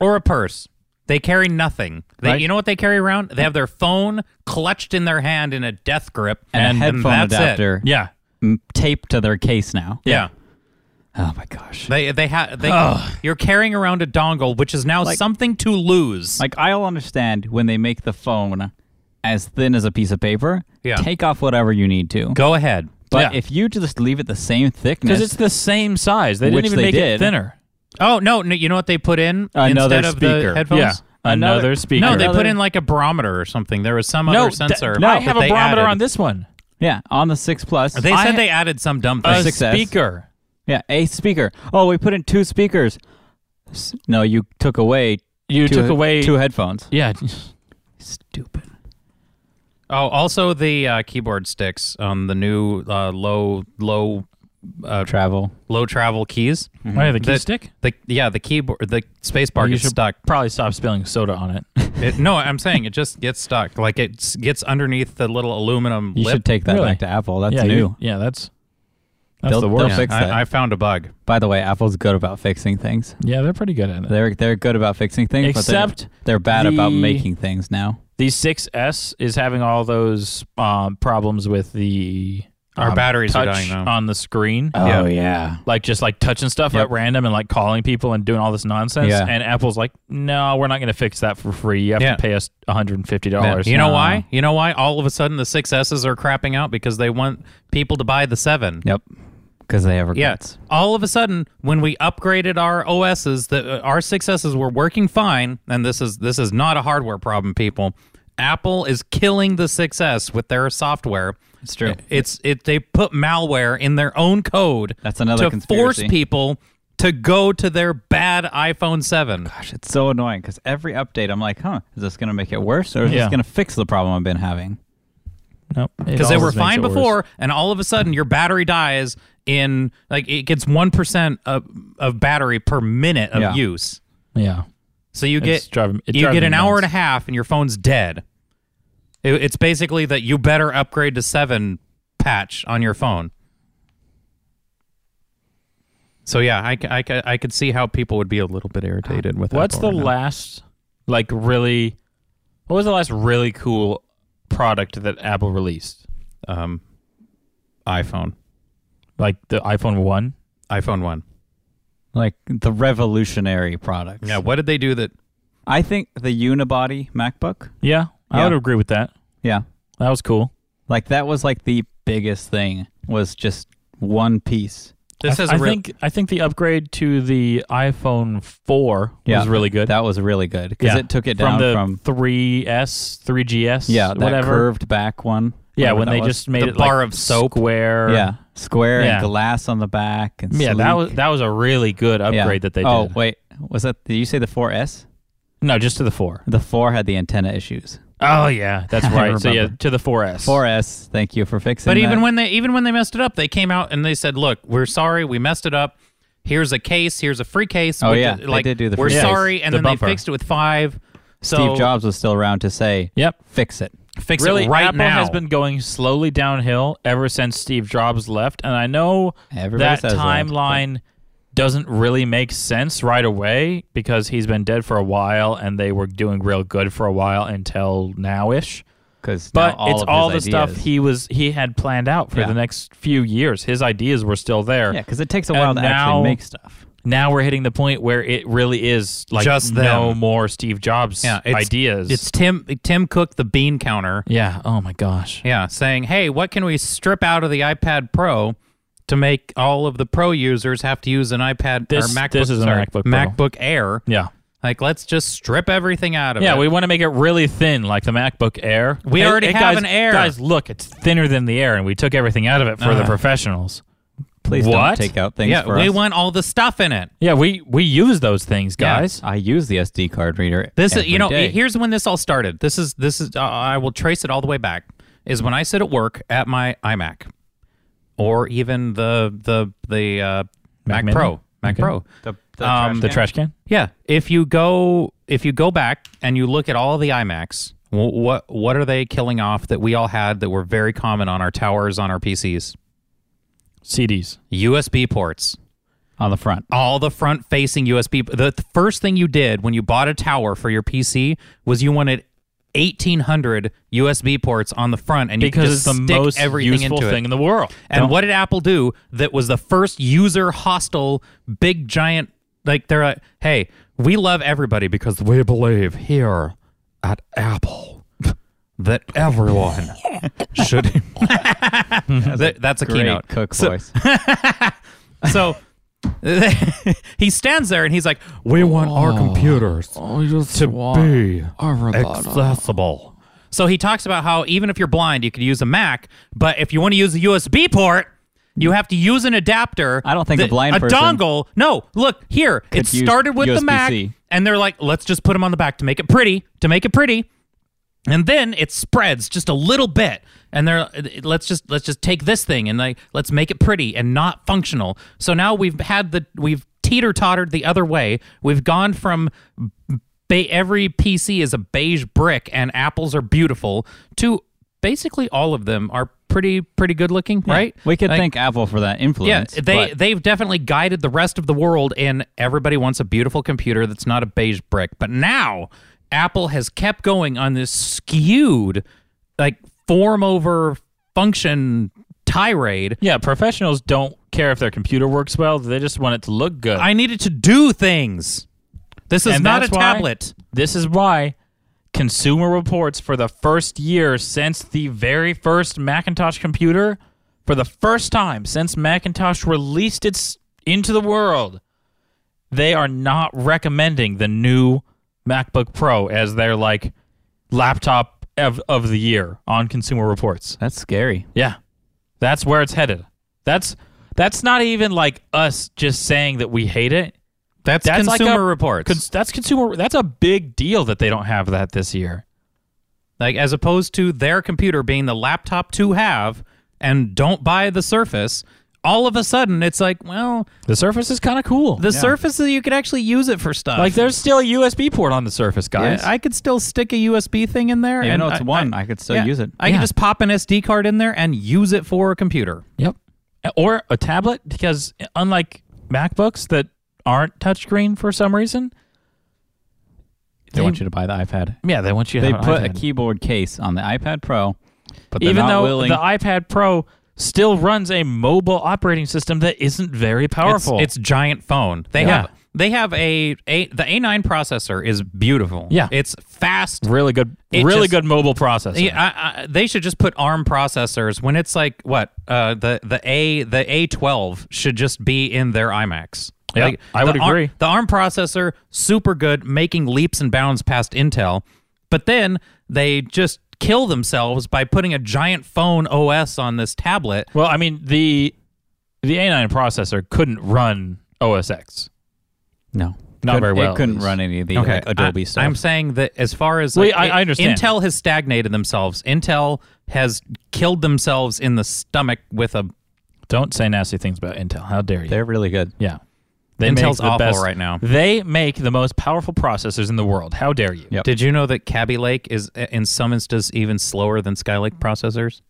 Speaker 2: or a purse. They carry nothing. They,
Speaker 1: Right.
Speaker 2: You know what they carry around? They have their phone clutched in their hand in a death grip
Speaker 3: and, a headphone
Speaker 2: that's it.
Speaker 3: adapter
Speaker 1: Yeah.
Speaker 3: m- taped to their case now.
Speaker 2: Yeah.
Speaker 3: Oh my gosh.
Speaker 2: They they have they you're carrying around a dongle which is now something to lose.
Speaker 3: Like I'll understand when they make the phone as thin as a piece of paper.
Speaker 2: Yeah.
Speaker 3: Take off whatever you need to.
Speaker 2: Go ahead.
Speaker 3: But
Speaker 1: yeah.
Speaker 3: if you just leave it the same thickness,
Speaker 1: Because it's the same size. They
Speaker 3: Which
Speaker 1: didn't even
Speaker 3: they
Speaker 1: make it
Speaker 3: did.
Speaker 1: thinner.
Speaker 2: Oh no, no, you know what they put in
Speaker 3: Another
Speaker 2: instead of the
Speaker 3: speaker.
Speaker 2: headphones?
Speaker 1: Yeah. Another,
Speaker 3: Another-
Speaker 1: speaker.
Speaker 2: No, they
Speaker 3: Another-
Speaker 2: put in like a barometer or something. There was some
Speaker 1: No,
Speaker 2: other
Speaker 1: th-
Speaker 2: sensor.
Speaker 1: I have
Speaker 2: that
Speaker 1: a
Speaker 2: they
Speaker 1: barometer
Speaker 2: added.
Speaker 1: on this one.
Speaker 3: Yeah, on the six plus.
Speaker 2: They
Speaker 1: I
Speaker 2: said
Speaker 1: ha-
Speaker 2: they added some dumb
Speaker 1: A
Speaker 2: thing.
Speaker 3: six- 6S.
Speaker 1: speaker.
Speaker 3: yeah, a speaker. Oh, we put in two speakers. S- No, you took away.
Speaker 1: You
Speaker 3: two
Speaker 1: took
Speaker 3: he-
Speaker 1: away.
Speaker 3: two headphones.
Speaker 1: yeah.
Speaker 3: Stupid.
Speaker 2: oh, also the uh, keyboard sticks on the new uh, low low uh,
Speaker 3: Travel.
Speaker 2: low travel keys.
Speaker 3: Mm-hmm.
Speaker 1: Why the key
Speaker 2: That-
Speaker 1: stick?
Speaker 2: The yeah, the keyboard the spacebar
Speaker 1: You
Speaker 2: gets
Speaker 1: should-
Speaker 2: stuck.
Speaker 1: Probably stop spilling soda on it.
Speaker 2: It, no, I'm saying it just gets stuck. Like it s- gets underneath the little aluminum
Speaker 3: You
Speaker 2: lip.
Speaker 3: should take that
Speaker 1: Really?
Speaker 3: back to Apple. That's
Speaker 1: yeah,
Speaker 3: new.
Speaker 1: you- yeah, that's that's
Speaker 3: They'll-
Speaker 1: the
Speaker 3: they'll
Speaker 1: worst.
Speaker 2: Yeah,
Speaker 3: fix that.
Speaker 2: I, I found a bug.
Speaker 3: By the way, Apple's good about fixing things.
Speaker 1: Yeah, they're pretty good at it.
Speaker 3: They're they're good about fixing things, but
Speaker 1: Except
Speaker 3: they're- they're, bad about
Speaker 1: the-
Speaker 3: making things now.
Speaker 1: The 6S is having all those um, problems with the
Speaker 2: Our
Speaker 1: um,
Speaker 2: batteries are
Speaker 1: touch
Speaker 2: dying now.
Speaker 1: on the screen.
Speaker 2: Oh,
Speaker 3: yeah.
Speaker 1: like just like touching stuff
Speaker 3: Yep.
Speaker 1: at random and like calling people and doing all this nonsense.
Speaker 3: Yeah.
Speaker 1: And Apple's like, no, we're not going to fix that for free. You have
Speaker 2: Yeah.
Speaker 1: to pay us one hundred and fifty
Speaker 2: Yeah.
Speaker 1: dollars.
Speaker 2: You know why? You know why? All of a sudden, the six S's are crapping out because they want people to buy the seven.
Speaker 3: Yep. Because they have
Speaker 2: Yeah.
Speaker 3: regrets.
Speaker 2: All of a sudden, when we upgraded our OSs, the, uh, our six S's were working fine, and this is this is not a hardware problem, people. Apple is killing the 6S with their software.
Speaker 3: It's true.
Speaker 2: It's it. They put malware in their own code.
Speaker 3: That's another
Speaker 2: to force
Speaker 3: conspiracy.
Speaker 2: people to go to their bad iPhone seven.
Speaker 3: Gosh, it's so annoying because every update, I'm like, huh, is this going to make it worse or is
Speaker 1: Yeah.
Speaker 3: this going to fix the problem I've been having?
Speaker 2: because they were fine before, and all of a sudden your battery dies in like it gets one percent of, of battery per minute of
Speaker 3: Yeah.
Speaker 2: use.
Speaker 1: Yeah.
Speaker 2: So you
Speaker 1: It's
Speaker 2: get
Speaker 1: driving- it
Speaker 2: you
Speaker 1: drives
Speaker 2: get
Speaker 1: me
Speaker 2: an hour and a
Speaker 1: nuts.
Speaker 2: half, and your phone's dead. It- it's basically that you better upgrade to seven patch on your phone. So yeah, I, c- I, c- I could see how people would be a little bit irritated with
Speaker 1: What's the
Speaker 2: Apple right now.
Speaker 1: last like really? What was the last really cool product that Apple released?
Speaker 2: um, iPhone
Speaker 1: Like the iPhone One.
Speaker 2: iPhone one?
Speaker 3: Like the revolutionary products.
Speaker 2: Yeah, what did they do that?
Speaker 3: I think the unibody MacBook.
Speaker 1: Yeah, I
Speaker 3: Yeah.
Speaker 1: would agree with that.
Speaker 3: Yeah.
Speaker 1: That was cool.
Speaker 3: Like that was like the biggest thing was just one piece.
Speaker 2: This
Speaker 1: I,
Speaker 2: is
Speaker 1: I
Speaker 2: a real,
Speaker 1: think I think the upgrade to the iPhone Four
Speaker 3: Yeah.
Speaker 1: was really good.
Speaker 3: That was really good because
Speaker 1: Yeah.
Speaker 3: it took it down
Speaker 1: from the
Speaker 3: from
Speaker 1: 3S, 3GS,
Speaker 3: yeah, that
Speaker 1: whatever.
Speaker 3: curved back one.
Speaker 1: Yeah,
Speaker 3: whatever
Speaker 1: when
Speaker 3: that
Speaker 1: they
Speaker 3: was.
Speaker 1: just made
Speaker 2: The
Speaker 1: it
Speaker 2: bar
Speaker 1: like
Speaker 2: of soap.
Speaker 1: square.
Speaker 3: yeah, square
Speaker 1: Yeah.
Speaker 3: and glass on the back and
Speaker 1: yeah. That
Speaker 3: sleek.
Speaker 1: was that was a really good
Speaker 3: Yeah.
Speaker 1: upgrade that they did.
Speaker 3: Oh wait, was that? Did you say the 4S?
Speaker 1: no, just to the four.
Speaker 3: The four had the antenna issues.
Speaker 1: Oh yeah, that's
Speaker 3: (laughs) I
Speaker 1: right. so yeah,
Speaker 3: remember.
Speaker 1: to the 4S.
Speaker 3: 4S, thank you for fixing.
Speaker 2: But
Speaker 3: that.
Speaker 2: even when they even when they messed it up, they came out and they said, "Look, we're sorry, we messed it up. Here's a case. Here's a free case.
Speaker 3: Oh,
Speaker 2: with
Speaker 3: yeah,
Speaker 2: the-
Speaker 3: they
Speaker 2: like
Speaker 3: did do the
Speaker 2: we're
Speaker 3: free case.
Speaker 2: sorry." And
Speaker 1: The
Speaker 2: then
Speaker 1: bumper.
Speaker 2: they fixed it with five. So
Speaker 3: Steve Jobs was still around to say,
Speaker 1: Yep.
Speaker 3: fix it.
Speaker 2: fix
Speaker 1: Really,
Speaker 2: it right
Speaker 1: Apple
Speaker 2: now.
Speaker 1: has been going slowly downhill ever since Steve Jobs left, and I know
Speaker 3: Everybody
Speaker 1: that
Speaker 3: says that,
Speaker 1: timeline doesn't really make sense right away because he's been dead for a while, and they were doing real good for a while until now ish.
Speaker 3: Because
Speaker 1: but
Speaker 3: all
Speaker 1: it's
Speaker 3: of
Speaker 1: all the
Speaker 3: his
Speaker 1: stuff
Speaker 3: ideas-
Speaker 1: he was he had planned out for
Speaker 3: Yeah.
Speaker 1: the next few years. His ideas were still there.
Speaker 3: yeah, because it takes a while
Speaker 1: And
Speaker 3: to
Speaker 1: now-
Speaker 3: actually make stuff.
Speaker 1: Now we're hitting the point where it really is like
Speaker 2: Just
Speaker 1: no
Speaker 2: them.
Speaker 1: more Steve Jobs
Speaker 2: Yeah, it's-
Speaker 1: ideas.
Speaker 2: it's Tim Tim Cook, the bean counter.
Speaker 1: yeah. Oh my gosh.
Speaker 2: Yeah, saying, "Hey, what can we strip out of the iPad Pro?" To make all of the pro users have to use an iPad
Speaker 1: This-
Speaker 2: or MacBook,
Speaker 1: this is a
Speaker 2: sorry,
Speaker 1: MacBook Pro.
Speaker 2: MacBook Air,
Speaker 1: Yeah.
Speaker 2: like let's just strip everything out of
Speaker 1: Yeah,
Speaker 2: it.
Speaker 1: we want to make it really thin, like the MacBook Air.
Speaker 2: We
Speaker 1: Hey-
Speaker 2: already
Speaker 1: hey,
Speaker 2: have
Speaker 1: guys-
Speaker 2: an Air.
Speaker 1: Guys, look, it's thinner than the Air, and we took everything out of it for the
Speaker 2: Uh.
Speaker 1: professionals.
Speaker 3: Please
Speaker 1: What?
Speaker 3: don't take out things
Speaker 2: yeah,
Speaker 3: for
Speaker 2: we
Speaker 3: us.
Speaker 2: want all the stuff in it.
Speaker 1: Yeah, we we use those things,
Speaker 2: Yeah.
Speaker 1: guys.
Speaker 3: I use the SD card reader.
Speaker 2: This is
Speaker 3: every
Speaker 2: you know
Speaker 3: day.
Speaker 2: here's when this all started. This is this is uh, I will trace it all the way back. Is when I sit at work at my iMac, or even the the the uh,
Speaker 1: Mac
Speaker 2: Mac,
Speaker 1: Mini?
Speaker 2: Pro, Mac
Speaker 1: Okay.
Speaker 2: Pro.
Speaker 3: the,
Speaker 2: um,
Speaker 1: The trash can.
Speaker 2: Yeah, if you go if you go back and you look at all the iMacs, wh- what what are they killing off that we all had that were very common on our towers on our PCs?
Speaker 1: CDs.
Speaker 2: USB ports.
Speaker 3: on the front.
Speaker 2: all the front facing USB. The th- first thing you did when you bought a tower for your PC was you wanted 1800 USB ports on the front and you could
Speaker 1: Because it's
Speaker 2: just
Speaker 1: the
Speaker 2: stick
Speaker 1: most
Speaker 2: everything
Speaker 1: useful
Speaker 2: into
Speaker 1: thing
Speaker 2: it.
Speaker 1: in the world.
Speaker 2: And what did Apple do that was the first user hostile big giant like they're like, "Hey, we love everybody because we believe here at Apple that everyone should
Speaker 1: (laughs)
Speaker 2: That- that's a
Speaker 3: Great
Speaker 2: keynote.
Speaker 3: cook voice.
Speaker 2: So (laughs) he stands there and he's like, "We want our computers to be accessible." So he talks about how even if you're blind, you could use a Mac, but if you want to use a USB port, you have to use an adapter.
Speaker 3: I don't think a
Speaker 2: that-
Speaker 3: blind
Speaker 2: a
Speaker 3: person-
Speaker 2: dongle. No, look here. It
Speaker 3: use
Speaker 2: started with the Mac,
Speaker 3: USB-C.
Speaker 2: and they're like, "Let's just put them on the back to make it pretty, to make it pretty." and then it spreads just a little bit and they're let's just let's just take this thing and like let's make it pretty and not functional so now we've had the we've teeter-tottered the other way we've gone from ba- every pc is a beige brick and apples are beautiful to basically all of them are pretty pretty good looking right
Speaker 3: (laughs) We could
Speaker 2: Like,
Speaker 3: thank Apple for that influence.
Speaker 2: yeah, they
Speaker 3: but
Speaker 2: they've definitely guided the rest of the world in everybody wants a beautiful computer that's not a beige brick. But now Apple has kept going on this skewed like form over function tirade.
Speaker 1: Yeah, professionals don't care if their computer works well. They just want it to look good.
Speaker 2: I needed to do things. This is
Speaker 1: And
Speaker 2: not a
Speaker 1: that's why-
Speaker 2: tablet.
Speaker 1: This is why Consumer Reports, for the first year since the very first Macintosh computer, for the first time since Macintosh released its into the world, they are not recommending the new MacBook Pro as their like laptop of, of the year on Consumer Reports.
Speaker 3: that's scary.
Speaker 1: Yeah. That's where it's headed. That's that's not even like us just saying that we hate it.
Speaker 2: That's,
Speaker 1: That's like
Speaker 2: consumer
Speaker 1: a-
Speaker 2: reports.
Speaker 1: Cons- that's consumer. That's a big deal that they don't have that this year.
Speaker 2: like as opposed to their computer being the laptop to have and don't buy the Surface, all of a sudden it's like, well,
Speaker 1: The Surface is kind of cool.
Speaker 2: the Surface you could actually use it for stuff.
Speaker 1: like there's still a USB port on the Surface, guys.
Speaker 2: I, I could still stick a USB thing in there.
Speaker 3: Even
Speaker 2: and
Speaker 3: though it's
Speaker 2: I-
Speaker 3: one,
Speaker 2: I,
Speaker 3: I, could still
Speaker 2: yeah,
Speaker 3: use it.
Speaker 2: I
Speaker 1: Yeah.
Speaker 2: can just pop an SD card in there and use it for a computer.
Speaker 1: yep. Or a tablet because unlike MacBooks that aren't touchscreen for some reason,
Speaker 3: they want you to buy the iPad.
Speaker 1: yeah, they want you. To
Speaker 3: They
Speaker 1: have an
Speaker 3: put a
Speaker 1: iPad.
Speaker 3: keyboard case on the iPad Pro, but they're
Speaker 1: even
Speaker 3: not
Speaker 1: though
Speaker 3: willing.
Speaker 1: the iPad Pro still runs a mobile operating system that isn't very
Speaker 2: It's,
Speaker 1: powerful.
Speaker 2: it's giant phone. They
Speaker 1: Yeah.
Speaker 2: have they have a, a the A9 processor is beautiful.
Speaker 1: Yeah.
Speaker 2: it's fast.
Speaker 1: really good,
Speaker 2: it
Speaker 1: really
Speaker 2: just-
Speaker 1: good mobile processor.
Speaker 2: Yeah, I, I, they should just put ARM processors when it's like what uh, the the A the A12 should just be in their iMacs.
Speaker 1: Yeah,
Speaker 2: Like,
Speaker 1: I would
Speaker 2: the ARM-
Speaker 1: agree.
Speaker 2: the ARM processor super good, making leaps and bounds past Intel, but then they just kill themselves by putting a giant phone OS on this tablet.
Speaker 1: Well, I mean the the A9 processor couldn't run OS X.
Speaker 3: no,
Speaker 1: Not
Speaker 3: Couldn't-
Speaker 1: very well,
Speaker 3: It
Speaker 1: at
Speaker 3: couldn't
Speaker 1: least.
Speaker 3: run any of the like, Adobe
Speaker 2: I,
Speaker 3: stuff.
Speaker 2: am saying that as far as
Speaker 1: Well,
Speaker 2: like,
Speaker 1: I- I understand.
Speaker 2: Intel has stagnated themselves. Intel has killed themselves in the stomach with a
Speaker 1: Don't say nasty things about Intel. How dare you?
Speaker 3: They're really good.
Speaker 1: yeah. They
Speaker 2: Intel's awful right now.
Speaker 1: They make the most powerful processors in the world. How dare you?
Speaker 3: Yep.
Speaker 2: Did you know that Cabby Lake is uh, in some instances even slower than Skylake processors?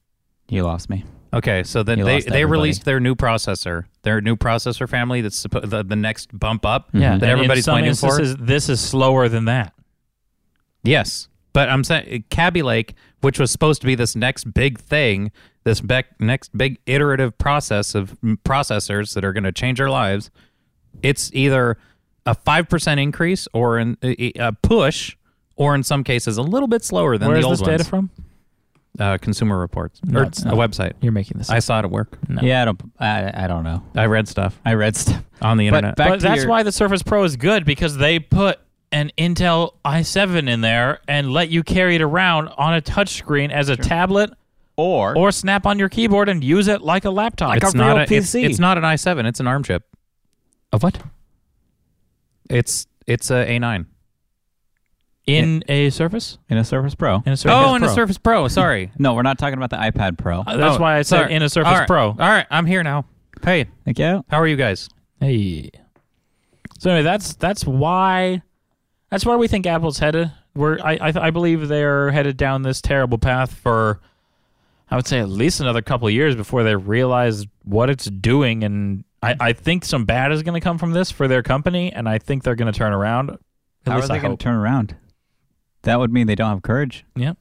Speaker 3: You lost me.
Speaker 2: Okay, so then
Speaker 3: You
Speaker 2: they,
Speaker 3: lost
Speaker 2: they
Speaker 3: everybody.
Speaker 2: released their new processor, their new processor family that's suppo- the, the next bump up
Speaker 3: Mm-hmm.
Speaker 1: Yeah.
Speaker 2: that everybody's waiting
Speaker 1: playing
Speaker 2: for.
Speaker 1: This is slower than that.
Speaker 2: Yes, but I'm saying uh, Cabby Lake, which was supposed to be this next big thing, this bec- next big iterative process of mm, processors that are going to change our lives, it's either a five percent increase or an, a, a push, or in some cases a little bit slower than
Speaker 1: Where's
Speaker 2: the old
Speaker 1: this data
Speaker 2: ones.
Speaker 1: from?
Speaker 2: uh, Consumer Reports
Speaker 1: No,
Speaker 2: or
Speaker 1: it's not.
Speaker 2: a website.
Speaker 1: You're making this.
Speaker 2: I saw it at work.
Speaker 3: Yeah, I don't. I, I don't know.
Speaker 2: I read stuff
Speaker 3: I read stuff.
Speaker 2: on the
Speaker 3: But
Speaker 2: internet.
Speaker 3: back
Speaker 1: but
Speaker 3: to
Speaker 1: that's
Speaker 3: your-
Speaker 1: why the Surface Pro is good because they put an Intel i7 in there and let you carry it around on a touchscreen as a tablet
Speaker 3: Or,
Speaker 1: or snap on your keyboard and use it like a laptop.
Speaker 3: Like
Speaker 2: it's
Speaker 3: a
Speaker 2: not
Speaker 3: real
Speaker 2: it's-
Speaker 3: PC.
Speaker 2: It's, not an i7. It's an ARM chip.
Speaker 1: a what?
Speaker 2: It's it's a A9.
Speaker 1: In a Surface?
Speaker 3: in a Surface Pro.
Speaker 1: In a Surface
Speaker 2: Oh, and
Speaker 1: Pro.
Speaker 2: a Surface Pro. (laughs) Sorry.
Speaker 3: No, we're not talking about the iPad Pro.
Speaker 1: Uh, That's
Speaker 2: Oh,
Speaker 1: why I said
Speaker 2: sorry.
Speaker 1: in a Surface
Speaker 2: All right.
Speaker 1: Pro.
Speaker 2: All right, I'm here now. Hey,
Speaker 3: Thank you.
Speaker 2: how are you guys?
Speaker 1: Hey. So anyway, that's that's why that's where we think Apple's headed. We're I, I I believe they're headed down this terrible path for I would say at least another couple of years before they realize what it's doing and I, I think some bad is gonna come from this for their company and I think they're gonna turn around. At
Speaker 3: How
Speaker 1: least
Speaker 3: are
Speaker 1: I
Speaker 3: they going
Speaker 1: hope.
Speaker 3: to turn around? That would mean they don't have courage.
Speaker 1: I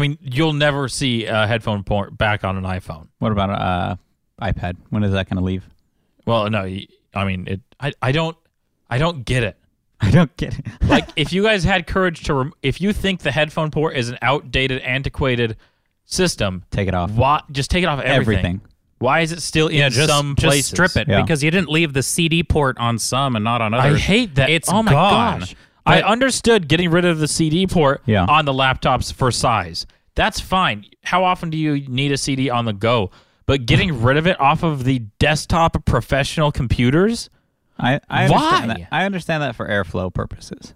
Speaker 1: mean, you'll never see a headphone port back on an iPhone.
Speaker 3: What about uh, iPad? When is that going to leave? (laughs)
Speaker 1: Well, no, y- I mean it. I, I don't I don't get it.
Speaker 3: I don't get it.
Speaker 1: like if you guys had courage to rem- if you think the headphone port is an outdated antiquated system
Speaker 3: (laughs) Take it off.
Speaker 1: why just take it off everything,
Speaker 3: Everything.
Speaker 1: Why is it still in
Speaker 2: yeah, just,
Speaker 1: some
Speaker 2: just
Speaker 1: places?
Speaker 2: strip it
Speaker 3: Yeah.
Speaker 2: because you didn't leave the CD port on some and not on
Speaker 1: I
Speaker 2: others.
Speaker 1: hate that.
Speaker 2: It's
Speaker 1: oh my
Speaker 2: gone.
Speaker 1: gosh. I
Speaker 2: But-
Speaker 1: understood getting rid of the CD port
Speaker 3: Yeah.
Speaker 1: on the laptops for size. That's fine. How often do you need a CD on the go? But
Speaker 3: (sighs)
Speaker 1: getting rid of it off of the desktop professional computers,
Speaker 3: I, I
Speaker 1: Why?
Speaker 3: understand That. I understand that for airflow purposes.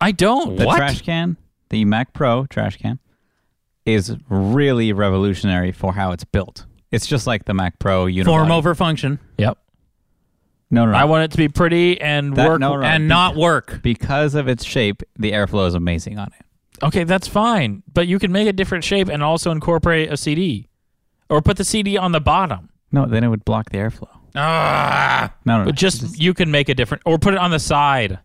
Speaker 1: I don't.
Speaker 3: The
Speaker 1: what?
Speaker 3: trash can, the Mac Pro trash can, is really revolutionary for how it's built. It's just like the Mac Pro unibody.
Speaker 2: Form over function
Speaker 1: Yep.
Speaker 3: No, no, no.
Speaker 1: I want it to be pretty and
Speaker 3: That-
Speaker 1: work.
Speaker 3: no, no. Right,
Speaker 2: and
Speaker 3: be-
Speaker 2: not work.
Speaker 3: because of its shape, the airflow is amazing on it.
Speaker 1: Okay, that's fine. But you can make a different shape and also incorporate a CD, or put the CD on the bottom.
Speaker 3: No, then it would block the airflow.
Speaker 2: Ah,
Speaker 3: No, no, no.
Speaker 1: But just, you can make a different, or put it on the side.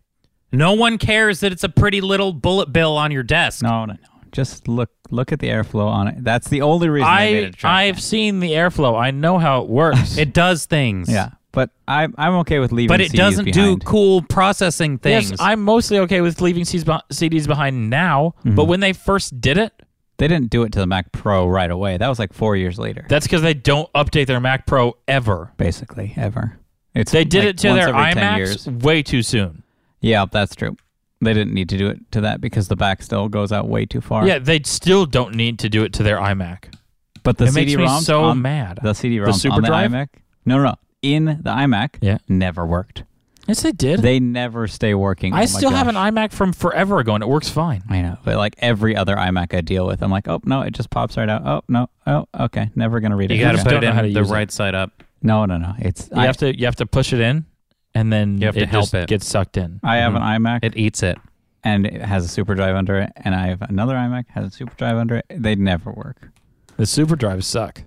Speaker 2: no one cares that it's a pretty little bullet bill on your desk.
Speaker 3: no, no, no. Just look look at the airflow on it. That's the only reason I, made it
Speaker 1: I
Speaker 3: a trash
Speaker 1: I've seen the airflow. I know how it
Speaker 3: (laughs)
Speaker 1: works.
Speaker 2: It does things.
Speaker 3: can. Yeah, but I'm I'm okay with leaving.
Speaker 2: But it
Speaker 3: CDs
Speaker 2: doesn't
Speaker 3: behind.
Speaker 2: do cool processing things.
Speaker 1: Yes, I'm mostly okay with leaving CDs, beh- CDs behind now, but
Speaker 3: Mm-hmm.
Speaker 1: when they first did it,
Speaker 3: They didn't do it to the Mac Pro right away. That was like four years later,
Speaker 1: that's because they don't update their Mac Pro ever.
Speaker 3: basically ever. It's
Speaker 1: They did
Speaker 3: like
Speaker 1: it to
Speaker 3: once
Speaker 1: their
Speaker 3: every 10 years.
Speaker 1: iMacs way too soon.
Speaker 3: Yeah, that's true. They didn't need to do it to that because the back still goes out way too far.
Speaker 1: Yeah, they still don't need to do it to their iMac.
Speaker 3: but the
Speaker 1: it makes
Speaker 3: CD
Speaker 1: me
Speaker 3: ROMs
Speaker 1: so
Speaker 3: on
Speaker 1: mad.
Speaker 3: the CD ROMs on the
Speaker 1: SuperDrive?
Speaker 3: iMac. No, no, no, in the iMac.
Speaker 1: Yeah.
Speaker 3: never worked.
Speaker 1: yes, they did.
Speaker 3: They never stay working. Oh
Speaker 1: I
Speaker 3: my
Speaker 1: still have
Speaker 3: gosh.
Speaker 1: an iMac from forever ago, and it works fine.
Speaker 3: I know, but like every other iMac I deal with, I'm like, oh no, it just pops right out. Oh no, oh okay, never gonna read it.
Speaker 2: you got to
Speaker 1: just
Speaker 2: put
Speaker 1: don't
Speaker 2: it
Speaker 1: know
Speaker 2: in
Speaker 1: how to
Speaker 2: the
Speaker 1: use it.
Speaker 2: right side up.
Speaker 3: No, no, no. It's
Speaker 1: You
Speaker 3: I
Speaker 1: have to you have to push it in, and then
Speaker 2: You have to
Speaker 1: it just
Speaker 2: help it.
Speaker 1: gets sucked in.
Speaker 3: I have an
Speaker 1: Mm-hmm.
Speaker 3: iMac
Speaker 2: It eats it.
Speaker 3: and it has a SuperDrive under it, and I have another iMac has a SuperDrive under it. They never work.
Speaker 1: The super drives suck.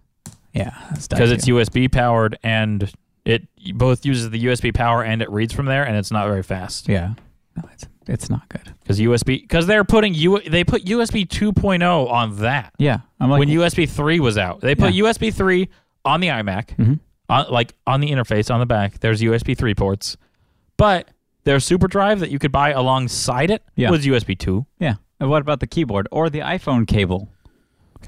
Speaker 3: Yeah,
Speaker 1: because it's USB powered and it both uses the USB power and it reads from there and it's not very fast
Speaker 3: yeah. No, it's it's not good.
Speaker 1: because USB because they're putting U they put USB 2.0 on that
Speaker 3: Yeah, I'm like
Speaker 1: when USB 3 was out they put USB 3 on the iMac
Speaker 3: mm-hmm.
Speaker 1: on, like on the interface on the back there's USB 3 ports but their super drive that you could buy alongside it
Speaker 3: Yeah.
Speaker 1: was USB 2
Speaker 3: yeah. And what about the keyboard or the iPhone cable?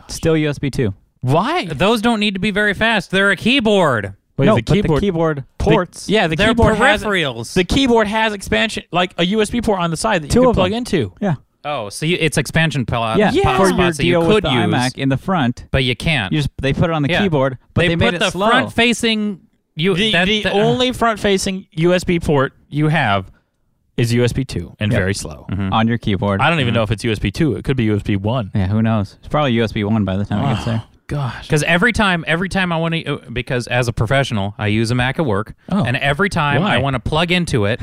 Speaker 3: Still USB two.
Speaker 1: why
Speaker 2: Those don't need to be very fast. They're a keyboard.
Speaker 1: Wait,
Speaker 3: no,
Speaker 1: the
Speaker 3: but
Speaker 1: keyboard
Speaker 3: the keyboard
Speaker 1: the-
Speaker 3: ports.
Speaker 1: yeah the
Speaker 2: They're
Speaker 1: keyboard has
Speaker 2: peripherals.
Speaker 1: the keyboard has expansion like a USB port on the side that
Speaker 3: Two
Speaker 1: you can
Speaker 3: of
Speaker 1: plug
Speaker 3: them.
Speaker 1: into
Speaker 3: yeah,
Speaker 2: oh, so you, it's expansion
Speaker 1: Uh,
Speaker 2: pl-
Speaker 3: yeah.
Speaker 2: pop
Speaker 3: For your
Speaker 2: spots that you
Speaker 3: deal with
Speaker 2: could
Speaker 3: the
Speaker 2: use,
Speaker 3: iMac in the front,
Speaker 2: but you can't.
Speaker 3: you just they put it on the
Speaker 2: Yeah.
Speaker 3: keyboard, but they,
Speaker 2: put
Speaker 3: made it
Speaker 2: the
Speaker 3: slow.
Speaker 2: front facing. You
Speaker 1: the,
Speaker 2: that-
Speaker 1: the
Speaker 2: that-
Speaker 1: only front-facing USB port you have is USB two and very slow.
Speaker 3: Hmm. on your keyboard.
Speaker 1: I don't even know if it's USB two. It could be USB one.
Speaker 3: yeah, who knows? It's probably USB one by the time it gets there.
Speaker 1: Gosh,
Speaker 2: Because every time, every time I want to, because as a professional, I use a Mac at work,
Speaker 1: Oh.
Speaker 2: and every time
Speaker 1: Why?
Speaker 2: I want to plug into it,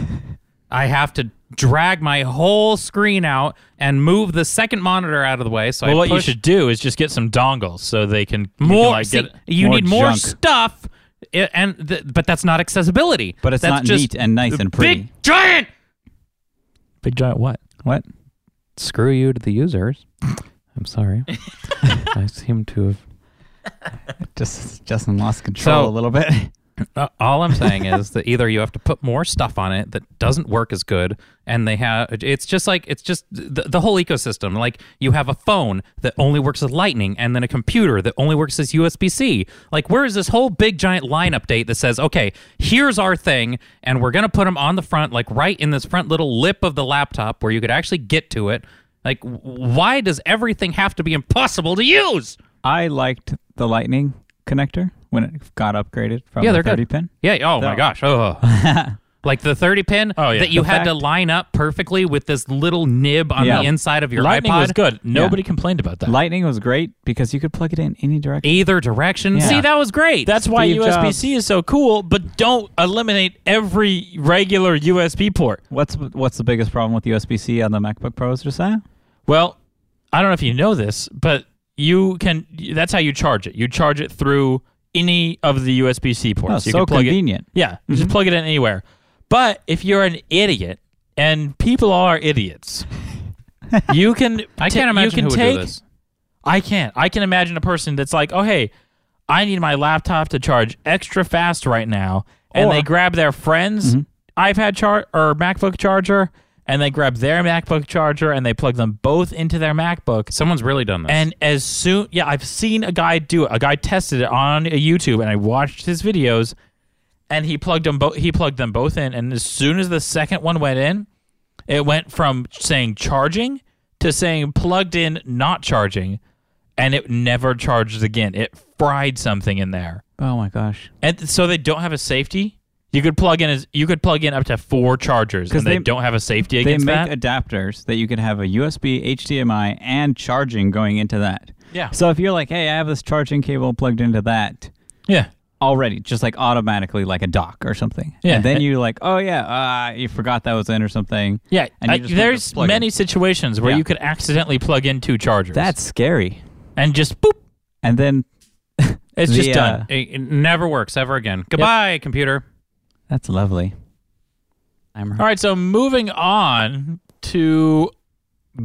Speaker 2: I have to drag my whole screen out and move the second monitor out of the way. So
Speaker 1: well,
Speaker 2: I
Speaker 1: what you
Speaker 2: push
Speaker 1: should do is just get some dongles so they can you can,
Speaker 2: more.
Speaker 1: like,
Speaker 2: see,
Speaker 1: get-
Speaker 2: you
Speaker 3: more
Speaker 2: need more
Speaker 3: junk.
Speaker 2: stuff, i- and th- but that's not accessibility.
Speaker 3: But it's
Speaker 2: that's
Speaker 3: not
Speaker 2: just
Speaker 3: neat and nice and pretty.
Speaker 2: big giant.
Speaker 1: big giant what?
Speaker 3: What?
Speaker 2: Screw you to the users. I'm (laughs) sorry. I seem to have
Speaker 3: Just Justin lost control
Speaker 2: So-
Speaker 3: a little bit. (laughs)
Speaker 2: Uh, all I'm saying is that either you have to put more stuff on it that doesn't work as good, and they have it's just like it's just the, the whole ecosystem. Like you have a phone that only works as Lightning, and then a computer that only works as USB C. Like where is this whole big giant line update that says, okay, here's our thing, and we're gonna put them on the front, like right in this front little lip of the laptop where you could actually get to it. Like, w- why does everything have to be impossible to use?
Speaker 3: I liked the Lightning connector when it got upgraded from
Speaker 2: Yeah,
Speaker 3: the
Speaker 2: they're good.
Speaker 3: 30 pin.
Speaker 2: Yeah. Oh my gosh. Oh.
Speaker 1: (laughs)
Speaker 2: like the 30 pin
Speaker 1: Oh, yeah.
Speaker 2: that you
Speaker 3: The
Speaker 2: had to
Speaker 3: fact-
Speaker 2: line up perfectly with this little nib on
Speaker 3: Yeah.
Speaker 2: the inside of your
Speaker 1: Lightning
Speaker 2: iPod.
Speaker 1: was good. Nobody complained about that.
Speaker 3: Lightning was great because you could plug it in any direction.
Speaker 2: Either direction.
Speaker 3: Yeah.
Speaker 2: See, that was great.
Speaker 1: That's why
Speaker 3: Steve
Speaker 1: USB C is so cool. But don't eliminate every regular USB port.
Speaker 3: What's what's the biggest problem with USB-C on the MacBook Pros, Josiah?
Speaker 1: Well, I don't know if you know this, but you can. That's how you charge it. You charge it through any of the USB C ports.
Speaker 3: Oh,
Speaker 1: you
Speaker 3: so
Speaker 1: can plug It,
Speaker 3: convenient. Mm-hmm.
Speaker 1: yeah, you just plug it in anywhere. But if you're an idiot, and people are
Speaker 3: (laughs)
Speaker 1: idiots, you can.
Speaker 2: I
Speaker 1: ta-
Speaker 2: can't imagine
Speaker 1: you can
Speaker 2: who would
Speaker 1: take,
Speaker 2: do this.
Speaker 1: I can't. I can imagine a person that's like, oh hey, I need my laptop to charge extra fast right now, and
Speaker 3: Or-
Speaker 1: they grab their friend's iPad char or MacBook charger. and they grab their MacBook charger and they plug them both into their MacBook.
Speaker 2: Someone's really done this.
Speaker 1: And as soon, yeah, I've seen a guy do it. A guy tested it on a YouTube, and I watched his videos, and he plugged them both. He plugged them both in, and as soon as the second one went in, it went from saying charging to saying plugged in, not charging, and it never charged again. It fried something in there,
Speaker 3: Oh my gosh.
Speaker 1: and th- so they don't have a safety. You could plug in as you could plug in up to four chargers,
Speaker 3: 'Cause
Speaker 1: and they,
Speaker 3: they-
Speaker 1: don't have a safety
Speaker 3: They make
Speaker 1: against that.
Speaker 3: adapters that you could have a USB, HDMI, and charging going into that.
Speaker 1: yeah,
Speaker 3: So if you're like, hey, I have this charging cable plugged into that
Speaker 1: yeah.
Speaker 3: already, just like automatically, like a dock or something.
Speaker 1: Yeah. (laughs)
Speaker 3: And then you like, oh yeah, uh, you forgot that was in or something.
Speaker 1: Yeah,
Speaker 3: And you
Speaker 1: I-
Speaker 3: just put the
Speaker 1: there's
Speaker 3: plug in.
Speaker 1: many situations where
Speaker 3: Yeah.
Speaker 1: you could accidentally plug in two chargers.
Speaker 3: That's scary.
Speaker 1: and just boop,
Speaker 3: And then
Speaker 1: it's
Speaker 3: The,
Speaker 1: just done.
Speaker 3: uh,
Speaker 2: it, it never works ever again. Goodbye, computer.
Speaker 3: that's lovely. (laughs) I'm
Speaker 1: All right, so moving on to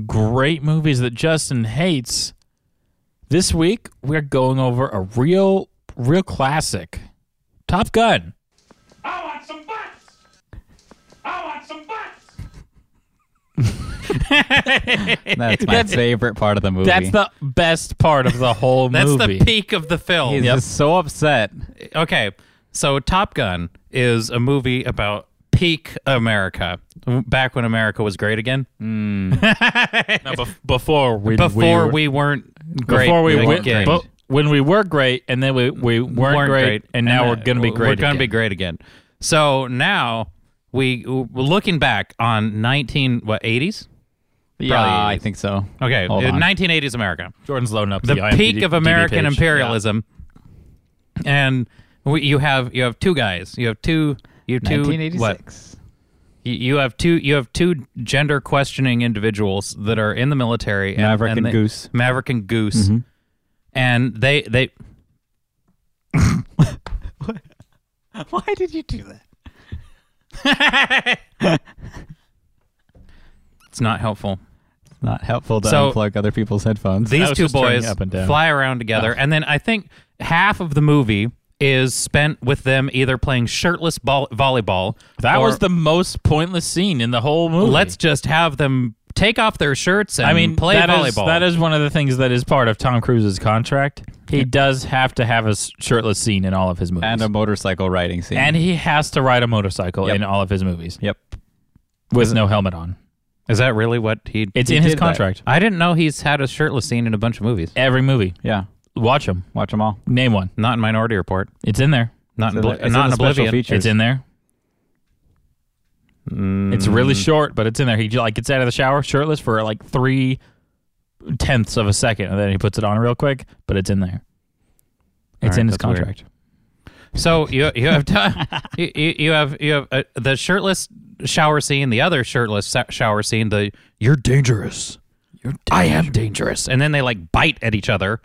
Speaker 1: great movies that Justin hates. This week we're going over a real, real classic, Top Gun.
Speaker 4: I want some butts! I want some butts!
Speaker 3: That's my favorite part of the movie.
Speaker 1: That's the best part of the (laughs) whole
Speaker 2: That's
Speaker 1: movie.
Speaker 2: the peak of the film.
Speaker 3: He's just so upset.
Speaker 2: okay, so Top Gun is a movie about peak America, back when America was great again.
Speaker 1: No, bef- before we
Speaker 2: Before
Speaker 1: were-
Speaker 2: we, weren't great
Speaker 1: before we were,
Speaker 2: again.
Speaker 1: but when we were great, and then we, we weren't,
Speaker 2: weren't
Speaker 1: great, and now we're
Speaker 2: uh,
Speaker 1: gonna be great.
Speaker 2: We're gonna
Speaker 1: again.
Speaker 2: be great again. So now we we're looking back on 19 what 80s?
Speaker 3: Yeah, Ah, I
Speaker 2: is.
Speaker 3: think so.
Speaker 2: Okay,
Speaker 3: Hold
Speaker 2: uh,
Speaker 3: on.
Speaker 2: 1980s America.
Speaker 1: Jordan's loading up
Speaker 2: the,
Speaker 1: IMDb
Speaker 2: peak of American
Speaker 1: page.
Speaker 2: imperialism. And we, you have you have two guys. You have two you have two what?
Speaker 3: 1986.
Speaker 2: You- You have two you have two gender questioning individuals that are in the military and,
Speaker 3: Maverick and
Speaker 2: they-
Speaker 3: Goose.
Speaker 2: Maverick and Goose.
Speaker 1: Mm-hmm.
Speaker 2: And they they
Speaker 3: (laughs) Why did you do that?
Speaker 2: it's not helpful.
Speaker 3: Not helpful to
Speaker 2: So-
Speaker 3: unplug other people's headphones.
Speaker 2: These
Speaker 1: was
Speaker 2: two
Speaker 1: just turning
Speaker 2: boys
Speaker 1: up and down.
Speaker 2: fly around together, and then I think half of the movie is spent with them either playing shirtless ball- volleyball.
Speaker 1: That
Speaker 2: or
Speaker 1: was the most pointless scene in the whole movie. Mm,
Speaker 2: let's just have them take off their shirts and
Speaker 1: I mean,
Speaker 2: play
Speaker 1: that
Speaker 2: volleyball.
Speaker 1: is- that is one of the things that is part of Tom Cruise's contract. He does have to have a s- shirtless scene in all of his movies,
Speaker 3: and a motorcycle riding scene.
Speaker 1: And he has to ride a motorcycle
Speaker 3: Yep.
Speaker 1: in all of his movies
Speaker 3: yep.
Speaker 1: with no helmet on.
Speaker 2: Is that really what he?
Speaker 1: It's
Speaker 3: He
Speaker 1: in his
Speaker 3: did that.
Speaker 1: contract.
Speaker 2: I didn't know he's had a shirtless scene in a bunch of movies.
Speaker 1: Every movie,
Speaker 3: Yeah.
Speaker 1: watch him.
Speaker 3: Watch them all.
Speaker 1: Name one.
Speaker 2: Not in Minority Report.
Speaker 1: It's in there.
Speaker 2: Not in,
Speaker 3: It's in
Speaker 2: Bli-
Speaker 3: the- it's
Speaker 2: not
Speaker 3: in
Speaker 2: in
Speaker 3: the special
Speaker 2: Oblivion.
Speaker 3: feature. Sure.
Speaker 1: It's in there. It's really short, but it's in there. He like gets out of the shower shirtless for like three tenths of a second, and then he puts it on real quick. But it's in there. It's
Speaker 2: right,
Speaker 1: in his
Speaker 2: that's weird.
Speaker 1: contract.
Speaker 2: So you you
Speaker 1: (laughs)
Speaker 2: have time. you, you you have you have uh, the shirtless shower scene, the other shirtless sa- shower scene, the you're dangerous. You're I am dangerous. And then they like bite at each other.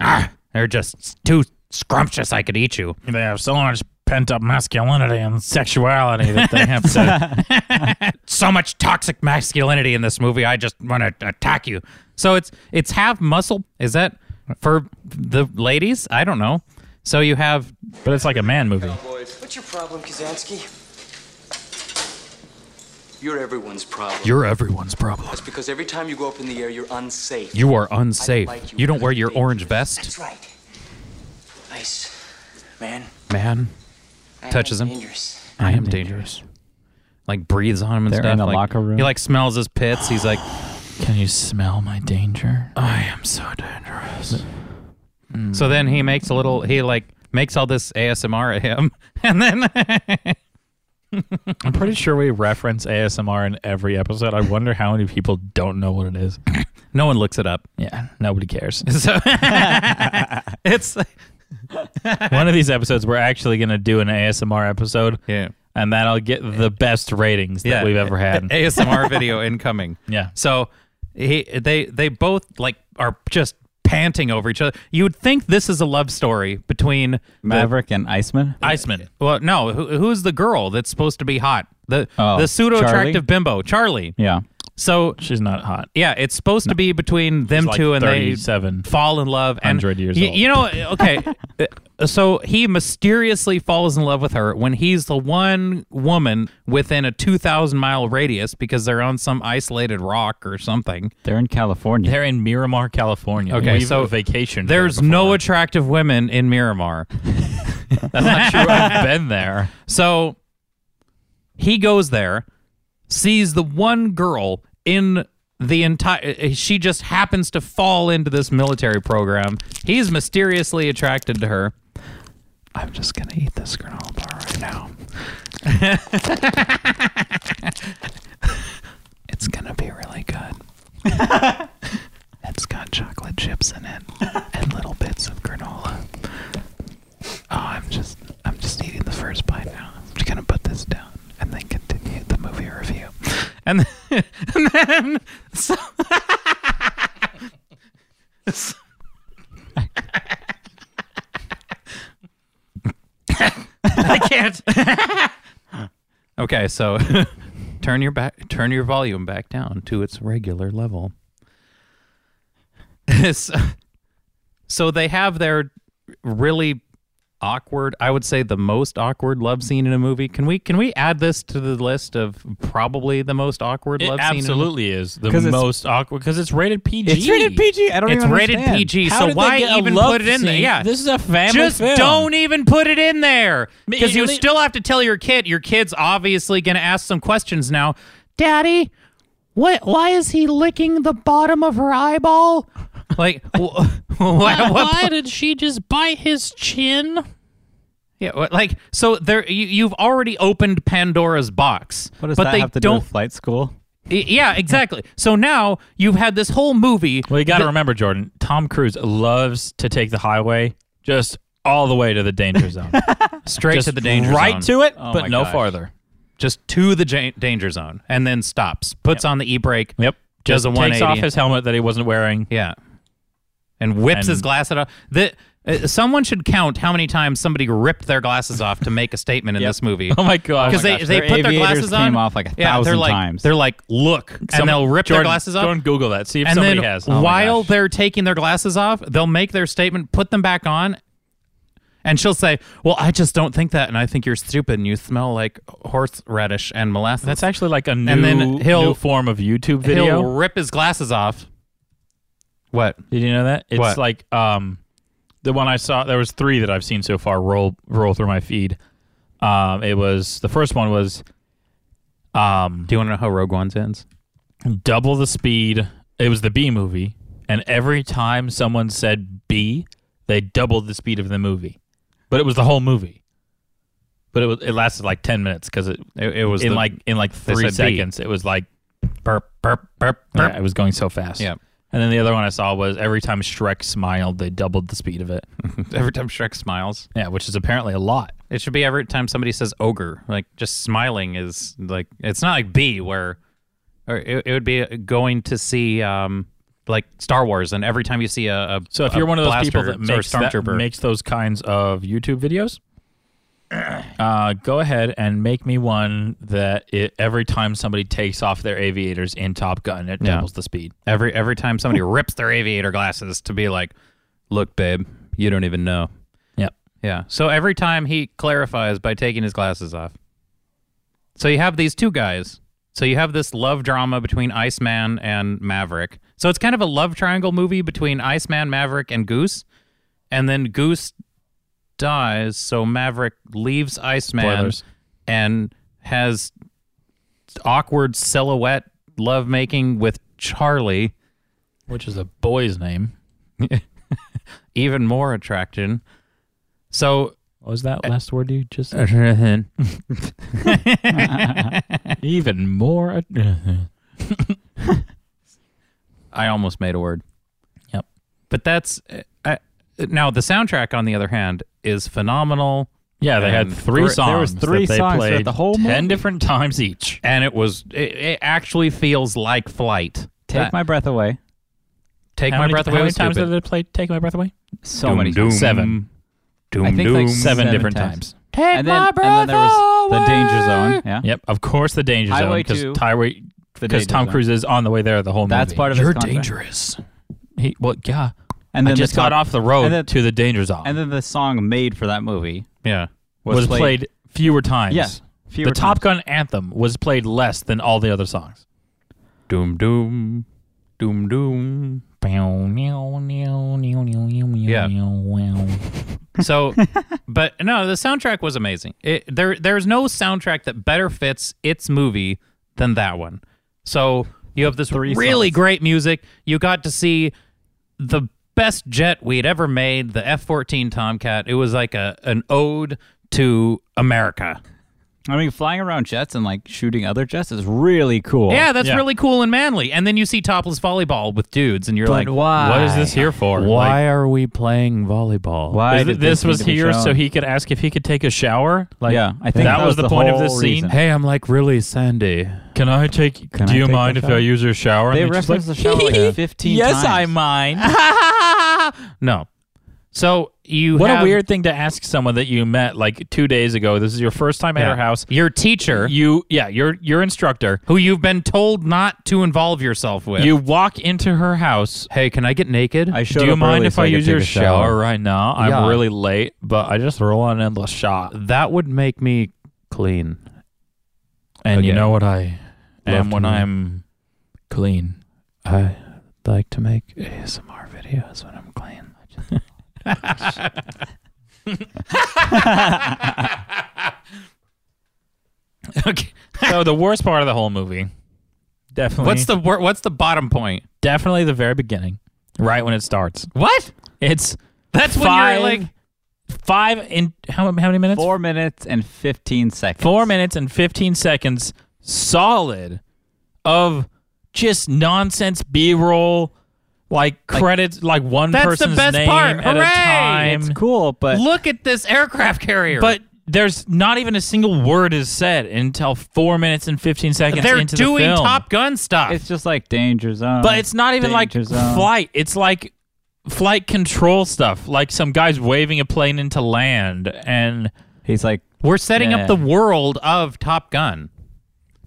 Speaker 2: Ah, they're just too scrumptious I could eat you.
Speaker 1: They have so much pent up masculinity and sexuality that they have to.
Speaker 2: So much toxic masculinity in this movie. I just want to attack you. So it's it's half muscle. Is that for the ladies? I don't know. So you have
Speaker 1: but it's like a man movie.
Speaker 5: What's your problem, Kazansky? You're everyone's problem.
Speaker 2: (laughs) you're everyone's problem.
Speaker 5: That's because every time you go up in the air, you're unsafe.
Speaker 2: You are unsafe.
Speaker 5: like you.
Speaker 2: you don't wear your orange vest.
Speaker 5: That's right. Nice. Man.
Speaker 2: man
Speaker 5: I
Speaker 2: Touches
Speaker 5: am
Speaker 2: him.
Speaker 5: Dangerous.
Speaker 2: i am dangerous like breathes on him and
Speaker 3: They're
Speaker 2: stuff
Speaker 3: in a
Speaker 2: like,
Speaker 3: locker room.
Speaker 2: he like smells his pits he's like
Speaker 1: Can you smell my danger?
Speaker 2: i am so dangerous Mm. so then he makes a little he like makes all this asmr at him (laughs) and then
Speaker 1: I'm pretty sure we reference ASMR in every episode. I wonder how many people don't know what it is.
Speaker 2: no one looks it up
Speaker 1: (laughs)
Speaker 2: (laughs)
Speaker 1: Yeah, nobody cares.
Speaker 2: so (laughs) it's
Speaker 1: One of these episodes, we're actually going to do an ASMR episode.
Speaker 2: Yeah.
Speaker 1: And that'll get the best ratings that
Speaker 2: yeah,
Speaker 1: we've ever (laughs) had.
Speaker 2: asmr video incoming
Speaker 1: Yeah.
Speaker 2: so he they they both like are just panting over each other you would think this is a love story between the-
Speaker 3: Maverick and Iceman.
Speaker 2: Iceman. Well, no, who, who's the girl that's supposed to be hot? The
Speaker 3: Oh,
Speaker 2: the pseudo attractive
Speaker 3: Charlie?
Speaker 2: bimbo, Charlie.
Speaker 3: yeah.
Speaker 2: So
Speaker 1: She's not hot.
Speaker 2: yeah, it's supposed to be between them
Speaker 1: like
Speaker 2: two, and they
Speaker 1: 37.
Speaker 2: fall in love. and-
Speaker 1: 100 years
Speaker 2: y-
Speaker 1: old.
Speaker 2: You know,
Speaker 1: (laughs)
Speaker 2: okay. uh, so he mysteriously falls in love with her when he's the one woman within a two thousand mile radius because they're on some isolated rock or something.
Speaker 3: They're in California.
Speaker 1: They're in Miramar, California.
Speaker 2: Okay,
Speaker 1: We've uh,
Speaker 2: so
Speaker 1: vacationed there
Speaker 2: There's no
Speaker 1: before.
Speaker 2: attractive women in (laughs) Miramar.
Speaker 1: I've been there.
Speaker 2: So he goes there, sees the one girl in the entire. She just happens to fall into this military program. He's mysteriously attracted to her. I'm just gonna eat this granola bar right (laughs) now. it's gonna be really good. (laughs) it's got chocolate chips in it and little bits of granola. Oh, I'm just I'm just eating the first bite now. I'm just gonna put this down and then continue the movie review. And then, and then so, I can't. (laughs) okay, so (laughs) turn your back turn your volume back down to its regular level. (laughs) so, so they have their really awkward i would say the most awkward love scene in a movie can we can we add this to the list of probably the most awkward
Speaker 1: It
Speaker 2: love scene in a
Speaker 1: absolutely is the
Speaker 3: 'Cause it's-
Speaker 1: most awkward because it's rated PG.
Speaker 3: it's rated PG. I don't
Speaker 2: It's
Speaker 3: even
Speaker 2: rated
Speaker 3: understand.
Speaker 2: PG,
Speaker 3: How
Speaker 2: so
Speaker 3: did they
Speaker 2: why
Speaker 3: get a
Speaker 2: even
Speaker 3: love
Speaker 2: put it in there?
Speaker 3: scene?
Speaker 2: Yeah.
Speaker 1: This is a family
Speaker 2: just
Speaker 1: film.
Speaker 2: don't even put it in there because
Speaker 1: you
Speaker 2: you
Speaker 1: leave-
Speaker 2: still have to tell your kid your kid's obviously going to ask some questions now daddy what why is he licking the bottom of her eyeball like (laughs) wh- why, why did she just bite his chin yeah wh- like so there you, you've already opened pandora's box
Speaker 3: What does
Speaker 2: but
Speaker 3: that
Speaker 2: they
Speaker 3: have to do
Speaker 2: don't
Speaker 3: with flight school?
Speaker 2: y- yeah exactly so now you've had this whole movie
Speaker 1: Well, you got to
Speaker 2: that-
Speaker 1: remember, Jordan. Tom Cruise loves to take the highway just all the way to the (laughs) danger zone,
Speaker 2: straight
Speaker 1: just
Speaker 2: to the danger
Speaker 1: right
Speaker 2: zone.
Speaker 1: to it,
Speaker 3: Oh my
Speaker 1: but no
Speaker 3: gosh.
Speaker 1: farther.
Speaker 2: just to the ja- danger zone and then stops, puts on the e brake.
Speaker 1: Yep.
Speaker 2: Does
Speaker 1: Just
Speaker 2: a
Speaker 1: takes
Speaker 2: 180.
Speaker 1: off his helmet that he wasn't wearing. (laughs)
Speaker 2: Yeah. And whips
Speaker 1: And-
Speaker 2: his glass at off. The, uh, someone should count how many times somebody ripped their glasses off to make a statement in this movie.
Speaker 1: Oh my gosh!
Speaker 2: Because they,
Speaker 3: gosh,
Speaker 2: they
Speaker 3: their
Speaker 2: put their
Speaker 3: aviators
Speaker 2: glasses on.
Speaker 3: came off like a
Speaker 2: yeah, they're
Speaker 3: thousand
Speaker 2: like,
Speaker 3: times.
Speaker 2: They're like, look.
Speaker 1: Some-
Speaker 2: and they'll rip
Speaker 1: Jordan,
Speaker 2: their glasses off. Oh
Speaker 1: Jordan, Google that. See if
Speaker 2: and
Speaker 1: somebody
Speaker 2: then
Speaker 1: has.
Speaker 2: while they're taking their glasses off, they'll make their statement, put them back on, and she'll say, Well, I just don't think that. And I think you're stupid and you smell like horseradish and molasses.
Speaker 1: That's actually like a new,
Speaker 2: And then he'll-
Speaker 1: new form of YouTube
Speaker 2: He'll
Speaker 1: video.
Speaker 2: rip his glasses off. What?
Speaker 1: Did you know that? It's
Speaker 2: What?
Speaker 1: like um, the one I saw. There was three that I've seen so far roll roll through my feed. Um, it was the first one was um,
Speaker 2: Do you want to know how Rogue One ends?
Speaker 1: double the speed. It was the B movie, and every time someone said B, they doubled the speed of the movie. But it was the whole movie. But it was, it lasted like ten minutes because it
Speaker 2: It, it was
Speaker 1: in
Speaker 2: the-
Speaker 1: like in like three
Speaker 2: said B.
Speaker 1: seconds it was like
Speaker 2: burp burp burp burp.
Speaker 1: Yeah, it was going so fast.
Speaker 2: Yeah.
Speaker 1: And then the other one I saw was every time Shrek smiled, they doubled the speed of (laughs) it.
Speaker 2: (laughs) Every time Shrek smiles,
Speaker 1: yeah, which is apparently a lot.
Speaker 2: it should be every time somebody says ogre. Like just smiling is like it's not like B where, or it, it would be going to see um like Star Wars, and every time you see a, a
Speaker 1: So if
Speaker 2: a
Speaker 1: you're one of those people
Speaker 2: blaster
Speaker 1: that makes,
Speaker 2: or
Speaker 1: that
Speaker 2: stormtrooper,
Speaker 1: makes those kinds of YouTube videos, uh, go ahead and make me one that it, every time somebody takes off their aviators in Top Gun, it
Speaker 2: Yeah.
Speaker 1: doubles the speed.
Speaker 2: every every
Speaker 1: (laughs)
Speaker 2: time somebody rips their aviator glasses to be like, look, babe, you don't even know.
Speaker 1: Yep.
Speaker 2: Yeah. So every time he clarifies by taking his glasses off. So you have these two guys. So you have this love drama between Iceman and Maverick. So it's kind of a love triangle movie between Iceman, Maverick, and Goose. And then Goose dies, so Maverick leaves Iceman
Speaker 1: Spoilers.
Speaker 2: and has awkward silhouette love making with Charlie,
Speaker 1: Which is a boy's name.
Speaker 2: even more attraction. So
Speaker 1: What was
Speaker 2: Uh,
Speaker 1: that last word you just said?
Speaker 2: (laughs)
Speaker 1: Even more. (laughs)
Speaker 2: I almost made a word.
Speaker 1: Yep.
Speaker 2: But that's I, now the soundtrack. On the other hand, is phenomenal,
Speaker 1: Yeah, they had
Speaker 2: And
Speaker 1: three
Speaker 2: there-
Speaker 1: songs.
Speaker 3: there was three
Speaker 1: that they
Speaker 3: songs throughout
Speaker 1: played
Speaker 3: the whole
Speaker 1: ten
Speaker 3: movie.
Speaker 1: different times each.
Speaker 2: and it was it, it actually feels like flight.
Speaker 3: Take
Speaker 2: That-
Speaker 3: my breath away.
Speaker 2: take
Speaker 1: How
Speaker 2: my
Speaker 1: many-
Speaker 2: breath
Speaker 1: how
Speaker 2: away.
Speaker 1: many
Speaker 2: was
Speaker 1: times
Speaker 2: stupid.
Speaker 1: did they play "Take My Breath Away"?
Speaker 3: So many. times.
Speaker 1: Seven.
Speaker 2: Doom,
Speaker 3: I think
Speaker 2: doom.
Speaker 3: like
Speaker 1: Seven,
Speaker 3: Seven
Speaker 1: different times.
Speaker 3: times.
Speaker 2: Take
Speaker 3: And then, and then there was the danger zone. Yeah.
Speaker 1: Yep. Of course, the danger
Speaker 3: Highway
Speaker 1: zone
Speaker 3: two.
Speaker 1: because highway
Speaker 3: the
Speaker 1: because
Speaker 3: danger
Speaker 1: Tom
Speaker 3: zone.
Speaker 1: Cruise is on the way there the whole movie.
Speaker 3: That's part of his
Speaker 1: You're
Speaker 3: contract.
Speaker 1: dangerous. He well yeah.
Speaker 3: And
Speaker 1: I
Speaker 3: then
Speaker 1: just
Speaker 3: the
Speaker 1: got
Speaker 3: top-
Speaker 1: off the road
Speaker 3: and then-
Speaker 1: to the danger zone.
Speaker 3: And then the song made for that movie
Speaker 2: Yeah.
Speaker 1: was
Speaker 3: was,
Speaker 1: played, fewer times.
Speaker 3: Yes, fewer
Speaker 1: the Top Gun
Speaker 3: times.
Speaker 1: anthem was played less than all the other songs.
Speaker 2: Doom doom. Doom doom.
Speaker 1: (laughs)
Speaker 2: So, but no, the soundtrack was amazing. It, there, there's no soundtrack that better fits its movie than that one. So you have this really great music. You got to see the best jet we'd ever made, the F-14 Tomcat. It was like a an ode to America.
Speaker 3: I mean, flying around jets and like shooting other jets is really cool.
Speaker 2: Yeah, that's
Speaker 1: Yeah.
Speaker 2: really cool and manly. And then you see topless volleyball with dudes, and you're like,
Speaker 3: But why?
Speaker 1: What is this here for? Like,
Speaker 2: are we playing volleyball?
Speaker 3: Why
Speaker 1: is
Speaker 3: did
Speaker 1: it- this
Speaker 3: need
Speaker 1: was
Speaker 3: to be
Speaker 1: here
Speaker 3: shown?
Speaker 1: so he could ask if he could take a shower. Like,
Speaker 3: Yeah, I think
Speaker 1: that,
Speaker 3: that
Speaker 1: was
Speaker 3: was
Speaker 1: the
Speaker 3: the
Speaker 1: point of
Speaker 3: whole
Speaker 1: this scene.
Speaker 3: reason.
Speaker 2: Hey, I'm like really sandy.
Speaker 1: Can I take?
Speaker 3: Can
Speaker 1: do
Speaker 3: I
Speaker 1: you
Speaker 3: take a
Speaker 1: mind if I
Speaker 3: shower?
Speaker 1: use your shower?
Speaker 3: They
Speaker 1: And he's just
Speaker 3: referenced
Speaker 1: like,
Speaker 3: the
Speaker 1: (laughs)
Speaker 3: show like 15 times. (laughs)
Speaker 1: mind.
Speaker 2: no. So you
Speaker 1: what
Speaker 2: have-
Speaker 1: a weird thing to ask someone that you met like two days ago. This is your first time at
Speaker 2: Yeah.
Speaker 1: her house.
Speaker 2: Your teacher,
Speaker 1: You, yeah, your your instructor.
Speaker 2: who you've been told not to involve yourself with.
Speaker 1: You walk into her house.
Speaker 2: hey, can I get naked?
Speaker 3: I showed
Speaker 1: Do you
Speaker 3: up
Speaker 1: mind
Speaker 3: early
Speaker 1: if
Speaker 3: so
Speaker 1: I
Speaker 3: could
Speaker 1: use
Speaker 3: take
Speaker 1: your
Speaker 3: a
Speaker 1: shower. right now? I'm
Speaker 2: Yeah.
Speaker 1: really late, but I just roll on endless shot.
Speaker 2: that would make me clean.
Speaker 1: And you
Speaker 2: Okay.
Speaker 1: know what I am
Speaker 2: Love
Speaker 1: when
Speaker 2: to know.
Speaker 1: I'm clean.
Speaker 2: I like to make ASMR videos when I'm clean. (laughs) okay.
Speaker 3: Oh,
Speaker 1: so the worst part of the whole movie, definitely.
Speaker 2: What's the wor- what's the bottom point?
Speaker 1: definitely the very beginning, right when it starts?
Speaker 2: What?
Speaker 1: It's
Speaker 2: That's when
Speaker 1: five,
Speaker 2: you're like
Speaker 1: five in how how many minutes?
Speaker 3: Four minutes and 15 seconds.
Speaker 1: four minutes and 15 seconds solid of just nonsense b-roll like credits like, one
Speaker 2: That's the
Speaker 1: person's
Speaker 2: best
Speaker 1: name
Speaker 2: part.
Speaker 1: at
Speaker 2: Hooray!
Speaker 1: a
Speaker 3: It's
Speaker 1: time
Speaker 3: cool, but
Speaker 2: Look at this aircraft carrier.
Speaker 1: but there's not even a single word is said until four minutes and 15 seconds
Speaker 2: they're
Speaker 1: into
Speaker 2: doing
Speaker 1: the film.
Speaker 2: Top Gun stuff.
Speaker 3: it's just like danger zone.
Speaker 1: but it's not even like
Speaker 3: Danger zone.
Speaker 1: flight it's like flight control stuff like some guys waving a plane into land and
Speaker 3: He's like,
Speaker 2: We're setting
Speaker 3: Yeah.
Speaker 2: up the world of Top Gun.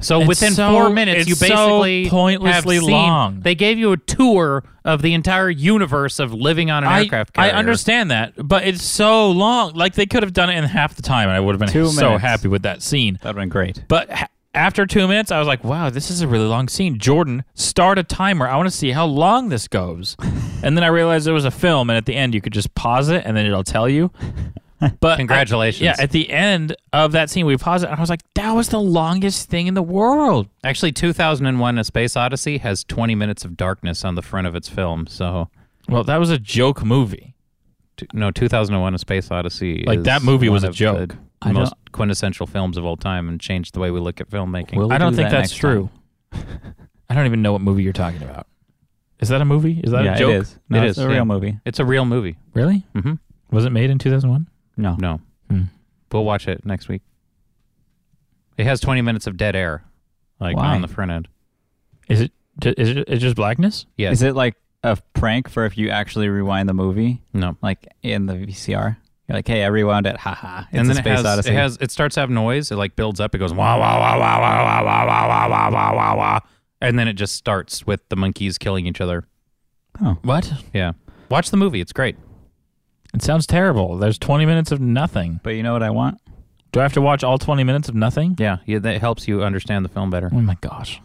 Speaker 2: So
Speaker 1: It's
Speaker 2: within
Speaker 1: so-
Speaker 2: four minutes,
Speaker 1: it's
Speaker 2: you
Speaker 1: so
Speaker 2: basically have
Speaker 1: pointlessly
Speaker 2: seen-
Speaker 1: long.
Speaker 2: They gave you a tour of the entire universe of living on an
Speaker 1: I,
Speaker 2: aircraft
Speaker 1: I
Speaker 2: carrier.
Speaker 1: understand that, but it's so long. Like they could have done it in half the time, and I would have been
Speaker 3: Two
Speaker 1: so
Speaker 3: minutes.
Speaker 1: happy with that scene.
Speaker 3: that would have been great.
Speaker 1: But h- after two minutes, I was like, "Wow, this is a really long scene." Jordan, start a timer. I want to see how long this
Speaker 2: (laughs)
Speaker 1: goes. and then I realized it was a film, and at the end, you could just pause it, and then it'll tell
Speaker 2: (laughs)
Speaker 1: you. But
Speaker 2: Congratulations.
Speaker 1: I- yeah, at the end of that scene, we paused it, and I was like, "That was the longest thing in the world."
Speaker 2: Actually, 2001: A Space Odyssey has 20 minutes of darkness on the front of its film. So,
Speaker 1: Well, that was a joke movie.
Speaker 2: t- no, 2001: A Space Odyssey.
Speaker 1: Like,
Speaker 2: is
Speaker 1: that movie was
Speaker 2: one
Speaker 1: a
Speaker 2: of the
Speaker 1: joke.
Speaker 3: I
Speaker 2: most quintessential films of all time, and changed the way we look at filmmaking.
Speaker 3: Will- We'll
Speaker 1: I don't
Speaker 3: do
Speaker 1: think
Speaker 3: that
Speaker 1: that's
Speaker 3: next
Speaker 1: true. (laughs) I don't even know what movie you're talking about. Is that a movie? Is that
Speaker 3: yeah,
Speaker 1: a joke?
Speaker 3: it is. Mm-hmm.
Speaker 2: It
Speaker 3: No, it's
Speaker 2: is,
Speaker 3: a real
Speaker 2: yeah.
Speaker 3: movie.
Speaker 2: it's a real movie.
Speaker 1: Really?
Speaker 2: hmm
Speaker 1: Was it made in 2001?
Speaker 3: No.
Speaker 2: No.
Speaker 1: Hmm.
Speaker 2: We'll watch it next week. It has 20 minutes of dead air, like
Speaker 3: Why?
Speaker 2: on the front end.
Speaker 1: Is it? ju- Is it? It's just blackness.
Speaker 2: Yes.
Speaker 3: Is it like a prank for if you actually rewind the movie,
Speaker 2: No.
Speaker 3: like in the VCR? You're like, hey, I rewound it. Haha. It's
Speaker 2: and
Speaker 3: a
Speaker 2: then
Speaker 3: Space
Speaker 2: it has
Speaker 3: Odyssey.
Speaker 2: it has it starts to have noise. It like builds up. It goes wah wah wah wah wah wah wah wah wah wah wah wah wah, and then it just starts with the monkeys killing each other.
Speaker 1: What?
Speaker 2: Yeah. Watch the movie. It's great.
Speaker 1: It sounds terrible. There's 20 minutes of nothing.
Speaker 3: but you know what I want?
Speaker 1: Do I have to watch all 20 minutes of nothing?
Speaker 2: Yeah. yeah that helps you understand the film better.
Speaker 1: Oh my gosh.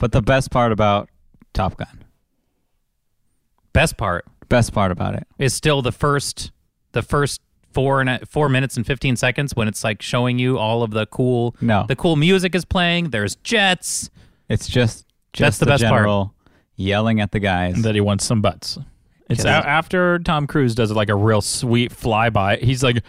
Speaker 3: But the best part about Top Gun,
Speaker 2: Best part
Speaker 3: best part about it,
Speaker 2: is still the first the first four and a, four minutes and 15 seconds when it's like showing you all of the cool
Speaker 3: No.
Speaker 2: the cool music is playing there's jets
Speaker 3: it's just
Speaker 2: That's
Speaker 3: just
Speaker 2: the best part.
Speaker 3: general yelling at the guys.
Speaker 1: That he wants some butts. It's a-
Speaker 3: Yes.
Speaker 1: after Tom Cruise does like a real sweet flyby. He's like,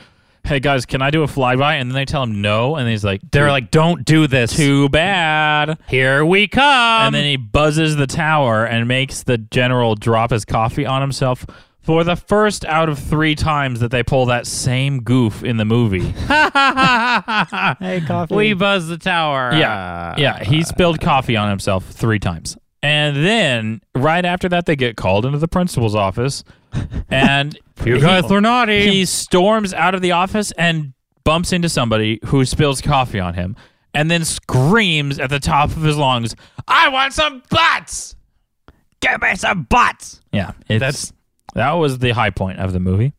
Speaker 1: "Hey guys, can I do a flyby?" And then they tell him no, and he's like,
Speaker 2: they're like don't do this
Speaker 1: too bad."
Speaker 2: here we come
Speaker 1: and then he buzzes the tower and makes the general drop his coffee on himself for the first out of three times that they pull that same goof in the movie.
Speaker 3: hey, coffee.
Speaker 2: we buzz the tower
Speaker 1: yeah, yeah, he spilled coffee on himself three times, and then right after that, they get called into the principal's office, (laughs) and
Speaker 2: you guys
Speaker 1: he,
Speaker 2: are naughty
Speaker 1: he storms out of the office and bumps into somebody who spills coffee on him. and then screams at the top of his lungs, "I want some butts! Give me some butts!" Yeah, it's,
Speaker 2: That's-
Speaker 1: that was the high point of the movie.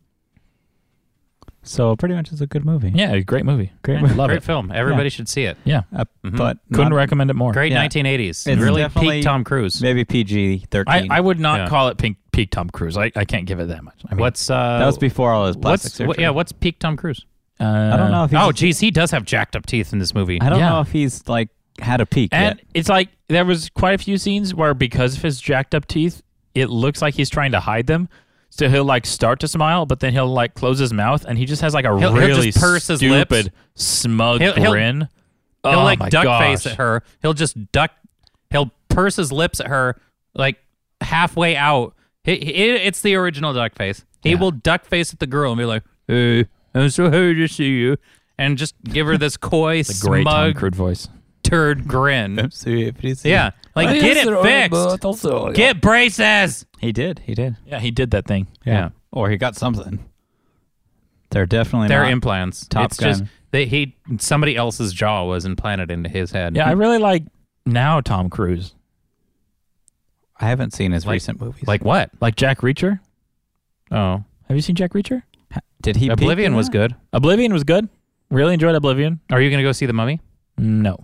Speaker 3: So pretty much it's a good movie.
Speaker 1: Yeah, great movie.
Speaker 3: Great movie.
Speaker 1: Love
Speaker 2: Great
Speaker 1: it.
Speaker 2: film. Everybody should see it.
Speaker 1: Yeah,
Speaker 3: Uh, But
Speaker 1: couldn't
Speaker 3: not-
Speaker 1: recommend it more.
Speaker 2: Great
Speaker 3: Yeah.
Speaker 2: 1980s.
Speaker 3: It's
Speaker 2: really
Speaker 3: definitely-
Speaker 2: peak Tom Cruise.
Speaker 3: maybe PG
Speaker 1: I,
Speaker 3: thirteen.
Speaker 1: I would not
Speaker 2: Yeah.
Speaker 1: call it pink, peak Tom Cruise. I, I can't give it that much. I mean,
Speaker 2: What's uh?
Speaker 3: that was before all his plastic
Speaker 2: what's
Speaker 3: surgery.
Speaker 2: what, yeah? What's peak Tom Cruise?
Speaker 1: uh,
Speaker 3: I don't know if he's.
Speaker 2: Oh, geez, he does have jacked up teeth in this movie.
Speaker 3: I don't
Speaker 1: yeah.
Speaker 3: know if he's like had a peak
Speaker 1: And
Speaker 3: yet.
Speaker 1: it's like there was quite a few scenes where because of his jacked up teeth, it looks like he's trying to hide them. So he'll like start to smile, but then he'll like close his mouth, and he just has like a
Speaker 2: He'll- he'll
Speaker 1: really
Speaker 2: just purse his
Speaker 1: stupid,
Speaker 2: lips.
Speaker 1: smug
Speaker 2: He'll- he'll-
Speaker 1: grin.
Speaker 2: He'll
Speaker 1: Oh
Speaker 2: like
Speaker 1: my
Speaker 2: duck
Speaker 1: gosh.
Speaker 2: face at her. He'll just duck. He'll purse his lips at her like halfway out. He, he- it- it's the original duck face. He will duck face at the girl and be like, "Hey, I'm so happy to see you," and just give her this coy,
Speaker 1: Great Tom
Speaker 2: smug,
Speaker 1: Cruise voice.
Speaker 2: turd
Speaker 3: (laughs)
Speaker 2: grin.
Speaker 3: Yeah.
Speaker 2: yeah, like get it fixed. Get braces.
Speaker 3: He did. He did.
Speaker 1: Yeah, he did that thing.
Speaker 2: Yeah.
Speaker 3: Or he got something. They're definitely
Speaker 2: They're
Speaker 3: not.
Speaker 2: implants.
Speaker 3: Top
Speaker 2: it's just
Speaker 3: Gun.
Speaker 2: that he somebody else's jaw was implanted into his head.
Speaker 1: Yeah, I really like now Tom Cruise,
Speaker 3: I haven't seen his
Speaker 2: Like-
Speaker 3: recent movies.
Speaker 2: like what?
Speaker 1: like Jack Reacher.
Speaker 2: Oh,
Speaker 1: Have you seen Jack Reacher?
Speaker 3: Ha- did he? peak
Speaker 2: Oblivion
Speaker 3: in
Speaker 2: was
Speaker 3: that?
Speaker 2: good.
Speaker 1: Oblivion was good. Really enjoyed Oblivion.
Speaker 2: Are you gonna go see the Mummy?
Speaker 1: No.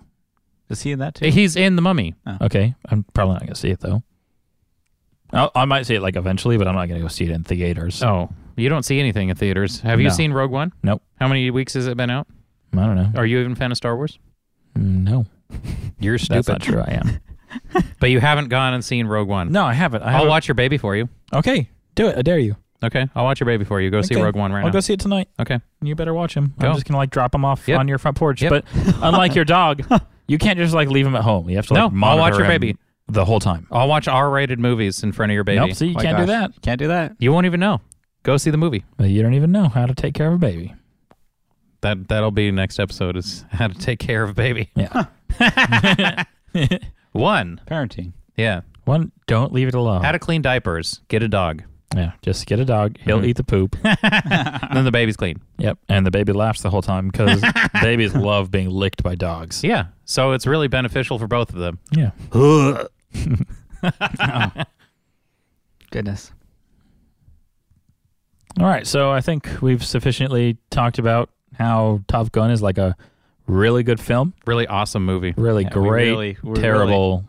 Speaker 3: Is he in that too?
Speaker 2: He's in the Mummy.
Speaker 1: Okay, I'm probably not gonna see it though. I, I might see it like eventually, but I'm not gonna go see it in theaters.
Speaker 2: Oh, you don't see anything in theaters. Have you
Speaker 1: No.
Speaker 2: seen Rogue One?
Speaker 1: Nope.
Speaker 2: How many weeks has it been out?
Speaker 1: I don't know.
Speaker 2: Are you even a fan of Star Wars?
Speaker 1: Oh. No,
Speaker 2: You're
Speaker 1: that's not true. I am.
Speaker 2: But you haven't gone and seen Rogue One.
Speaker 1: no, I haven't. I
Speaker 2: I'll
Speaker 1: haven't-
Speaker 2: watch your baby for you.
Speaker 1: Okay, do it. I dare you.
Speaker 2: Okay, I'll watch your baby for you. Go see
Speaker 1: Okay.
Speaker 2: Rogue One right
Speaker 1: I'll
Speaker 2: now.
Speaker 1: go see it tonight.
Speaker 2: okay.
Speaker 1: You better watch him.
Speaker 2: Go.
Speaker 1: I'm just gonna like drop him off
Speaker 2: Yep.
Speaker 1: on your front porch.
Speaker 2: Yep.
Speaker 1: (laughs) But unlike your dog, you can't just like leave him at home. You have to
Speaker 2: No,
Speaker 1: like
Speaker 2: I'll watch
Speaker 1: monitor
Speaker 2: your
Speaker 1: him
Speaker 2: baby.
Speaker 1: the whole time.
Speaker 2: I'll watch R-rated movies in front of your baby.
Speaker 1: Nope. See, you
Speaker 3: Oh My
Speaker 1: can't do
Speaker 3: gosh.
Speaker 1: that.
Speaker 3: Can't do that.
Speaker 2: You won't even know. Go see the movie.
Speaker 1: But you don't even know how to take care of a baby.
Speaker 2: That that'll be next episode is how to take care of baby.
Speaker 1: Yeah.
Speaker 2: (laughs) One.
Speaker 3: Parenting.
Speaker 2: Yeah.
Speaker 1: One, don't leave it alone.
Speaker 2: How to clean diapers. Get a dog.
Speaker 1: yeah. Just get a dog. He'll eat the poop.
Speaker 2: then the baby's clean.
Speaker 1: Yep, and the baby laughs the whole time because babies love being licked by dogs.
Speaker 2: Yeah. So it's really beneficial for both of them.
Speaker 1: Yeah,
Speaker 3: (laughs) Goodness.
Speaker 1: All right, so I think we've sufficiently talked about how Top Gun is like a really good film,
Speaker 2: Really awesome movie.
Speaker 1: really
Speaker 3: Yeah, we
Speaker 1: great,
Speaker 3: really- we're
Speaker 1: terrible.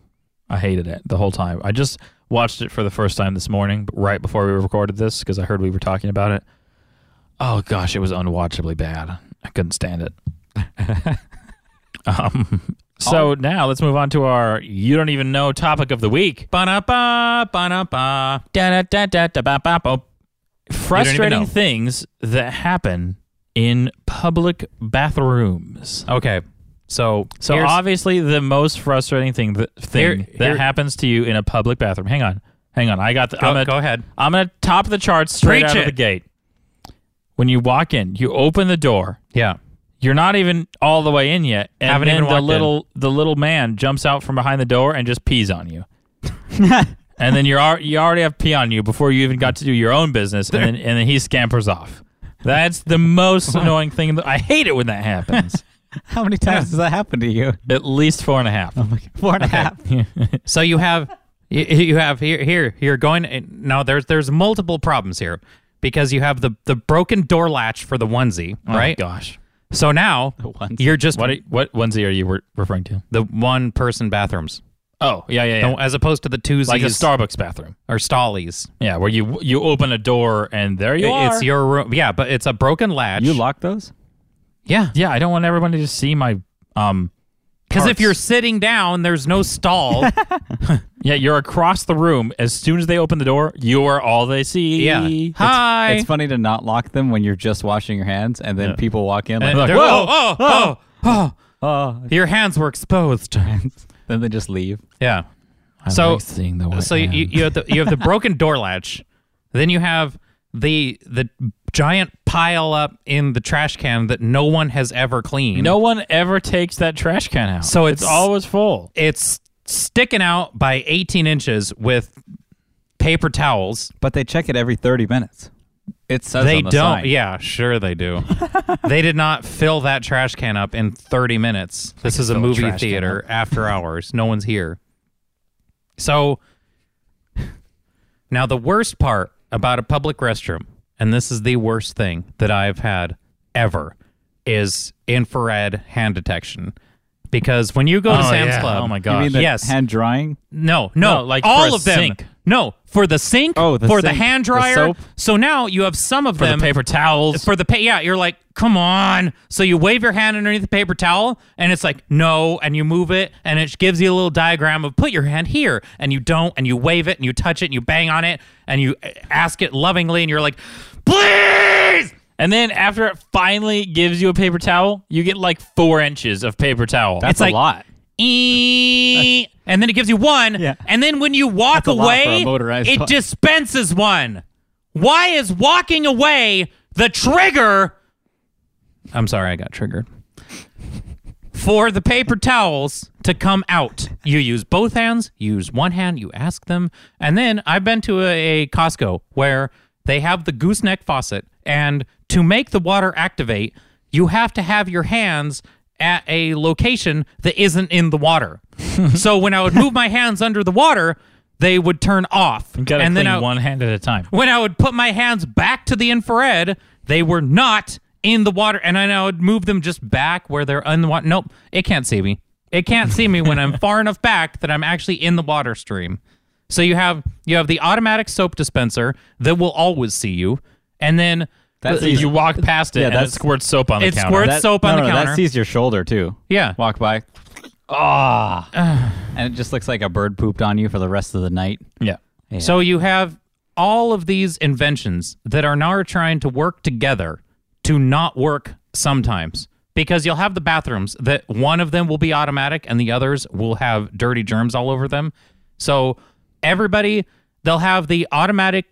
Speaker 1: I hated it the whole time. I just watched it for the first time this morning, b- right before we recorded this, because I heard we were talking about it. Oh gosh, it was unwatchably bad. I couldn't stand it.
Speaker 3: (laughs)
Speaker 1: um, so now let's move on to our you don't even know topic of the week.
Speaker 2: Ba-da-ba, ba-da-ba.
Speaker 1: Da-da-da-da-da-ba-ba-bo. Frustrating
Speaker 2: know.
Speaker 1: things that happen in public bathrooms.
Speaker 2: Okay. So
Speaker 1: So
Speaker 2: here's-
Speaker 1: obviously, the most frustrating thing that, thing
Speaker 2: Here- here-
Speaker 1: that happens to you in a public bathroom. Hang on, hang on. I got. The,
Speaker 2: Go-
Speaker 1: I'm gonna,
Speaker 2: go ahead.
Speaker 1: I'm gonna top the charts straight
Speaker 2: Preach
Speaker 1: out of
Speaker 2: it.
Speaker 1: the gate. When you walk in, you open the door.
Speaker 2: yeah.
Speaker 1: You're not even all the way in yet, and
Speaker 2: Haven't
Speaker 1: then
Speaker 2: even walked
Speaker 1: the
Speaker 2: in.
Speaker 1: little the little man jumps out from behind the door and just pees on
Speaker 2: (laughs)
Speaker 1: you. and then you're al- you already have pee on you before you even got to do your own business, and then and then he scampers off. That's the
Speaker 2: (laughs)
Speaker 1: most annoying thing. I hate it when that happens.
Speaker 3: How many (laughs) times has that happened to you?
Speaker 1: At least four and a half.
Speaker 2: Oh
Speaker 3: Four and a half. (laughs)
Speaker 2: So you have you, you have here here you're going eh, now there's there's multiple problems here because you have the the broken door latch for the onesie,
Speaker 1: Oh my
Speaker 2: right?
Speaker 1: gosh.
Speaker 2: So (laughs) now
Speaker 3: onesie.
Speaker 2: you're just
Speaker 1: What are, what onesie are you re- referring to?
Speaker 2: the one person bathrooms
Speaker 1: Oh yeah yeah
Speaker 2: The- as opposed to the twosies
Speaker 1: Like a Starbucks bathroom.
Speaker 2: or stallies.
Speaker 1: Yeah, where you you open a door and there you
Speaker 2: It-
Speaker 1: are.
Speaker 2: It's your room. Yeah, but it's a broken latch.
Speaker 3: You lock those?
Speaker 2: yeah.
Speaker 1: yeah. I don't want everyone to just see my um.
Speaker 2: Because if
Speaker 1: parts.
Speaker 2: you're sitting down, there's no stall.
Speaker 1: Yeah, you're across the room. As soon as they open the door, you are all they see.
Speaker 2: (laughs) yeah.
Speaker 1: It's-
Speaker 2: Hi.
Speaker 3: It's funny to not lock them when you're just washing your hands and then people walk in like,
Speaker 2: And
Speaker 1: Look,
Speaker 2: they're-
Speaker 1: whoa,
Speaker 2: oh, oh, oh,
Speaker 3: oh,
Speaker 2: oh. Your hands were exposed.
Speaker 3: then they just leave.
Speaker 2: (laughs) Yeah.
Speaker 1: I
Speaker 2: so-
Speaker 1: like seeing the
Speaker 2: so you, you have the
Speaker 1: (laughs)
Speaker 2: you have the broken door latch, then you have the the giant pile up in the trash can that no one has ever cleaned.
Speaker 1: no one ever takes that trash can out.
Speaker 2: So
Speaker 1: it's,
Speaker 2: it's-
Speaker 1: always full.
Speaker 2: it's sticking out by 18 inches with paper towels.
Speaker 3: But they check it every 30 minutes. It says
Speaker 2: they
Speaker 3: on the
Speaker 2: don't.
Speaker 3: sign.
Speaker 2: Yeah, sure they do. they did not fill that trash can up in 30 minutes. This is a
Speaker 3: fill a
Speaker 2: movie
Speaker 3: trash can
Speaker 2: theater
Speaker 3: (laughs)
Speaker 2: after hours. No one's here. So now the worst part about a public restroom, and this is the worst thing that I've had ever, is infrared hand detection. Because when you go to
Speaker 1: Oh,
Speaker 2: Sam's
Speaker 1: yeah.
Speaker 2: Club,
Speaker 1: Oh, my
Speaker 3: You
Speaker 1: gosh.
Speaker 3: mean the
Speaker 2: yes,
Speaker 3: hand drying?
Speaker 2: no, no,
Speaker 1: No, like
Speaker 2: all
Speaker 1: for a
Speaker 2: of them.
Speaker 1: sink.
Speaker 2: No, for the sink.
Speaker 3: Oh, the
Speaker 2: for the
Speaker 3: sink,
Speaker 2: hand
Speaker 3: the
Speaker 2: dryer.
Speaker 3: soap.
Speaker 2: So now you have some of
Speaker 1: For
Speaker 2: them
Speaker 1: the paper towels.
Speaker 2: for the pa- yeah. You're like, come on. So you wave your hand underneath the paper towel, and it's like no, and you move it, and it gives you a little diagram of put your hand here, and you don't, and you wave it, and you touch it, and you bang on it, and you uh, ask it lovingly, and you're like, please.
Speaker 1: and then after it finally gives you a paper towel, you get like four inches of paper towel.
Speaker 3: That's
Speaker 2: It's like-
Speaker 3: a lot.
Speaker 2: Eee, E. and then it gives you one.
Speaker 3: Yeah.
Speaker 2: And then when you walk
Speaker 3: That's a lot for a
Speaker 2: away,
Speaker 3: motorized
Speaker 2: it
Speaker 3: bike.
Speaker 2: dispenses one. Why is walking away the trigger? I'm sorry, I got triggered. For the paper towels to come out, you use both hands, you use one hand, you ask them. And then I've been to a, a Costco where they have the gooseneck faucet. And to make the water activate, you have to have your hands at a location that isn't in
Speaker 1: (laughs)
Speaker 2: the water. so when I would move my hands under the water, they would turn off.
Speaker 1: you gotta
Speaker 2: and
Speaker 1: clean
Speaker 2: then I,
Speaker 1: one hand at a time.
Speaker 2: when I would put my hands back to the infrared, they were not in the water, and then I would move them just back where they're in the water. Nope, it can't see me. It can't see me when
Speaker 3: (laughs)
Speaker 2: I'm far enough back that I'm actually in the water stream. So you have you have the automatic soap dispenser that will always see you, and then
Speaker 3: That's
Speaker 1: You- You walk past it
Speaker 3: Yeah,
Speaker 1: and it
Speaker 3: that's-
Speaker 1: squirts soap on the
Speaker 2: It
Speaker 1: counter.
Speaker 2: squirts-
Speaker 3: That-
Speaker 2: soap on
Speaker 3: no,
Speaker 2: the
Speaker 3: no,
Speaker 2: counter.
Speaker 3: That sees your shoulder too.
Speaker 2: yeah,
Speaker 3: Walk by. Ah. (sighs) and it just looks like a bird pooped on you for the rest of the night.
Speaker 2: Mm.
Speaker 1: yeah.
Speaker 2: So you have all of these inventions that are now trying to work together to not work sometimes because you'll have the bathrooms that one of them will be automatic and the others will have dirty germs all over them. So everybody they'll have the automatic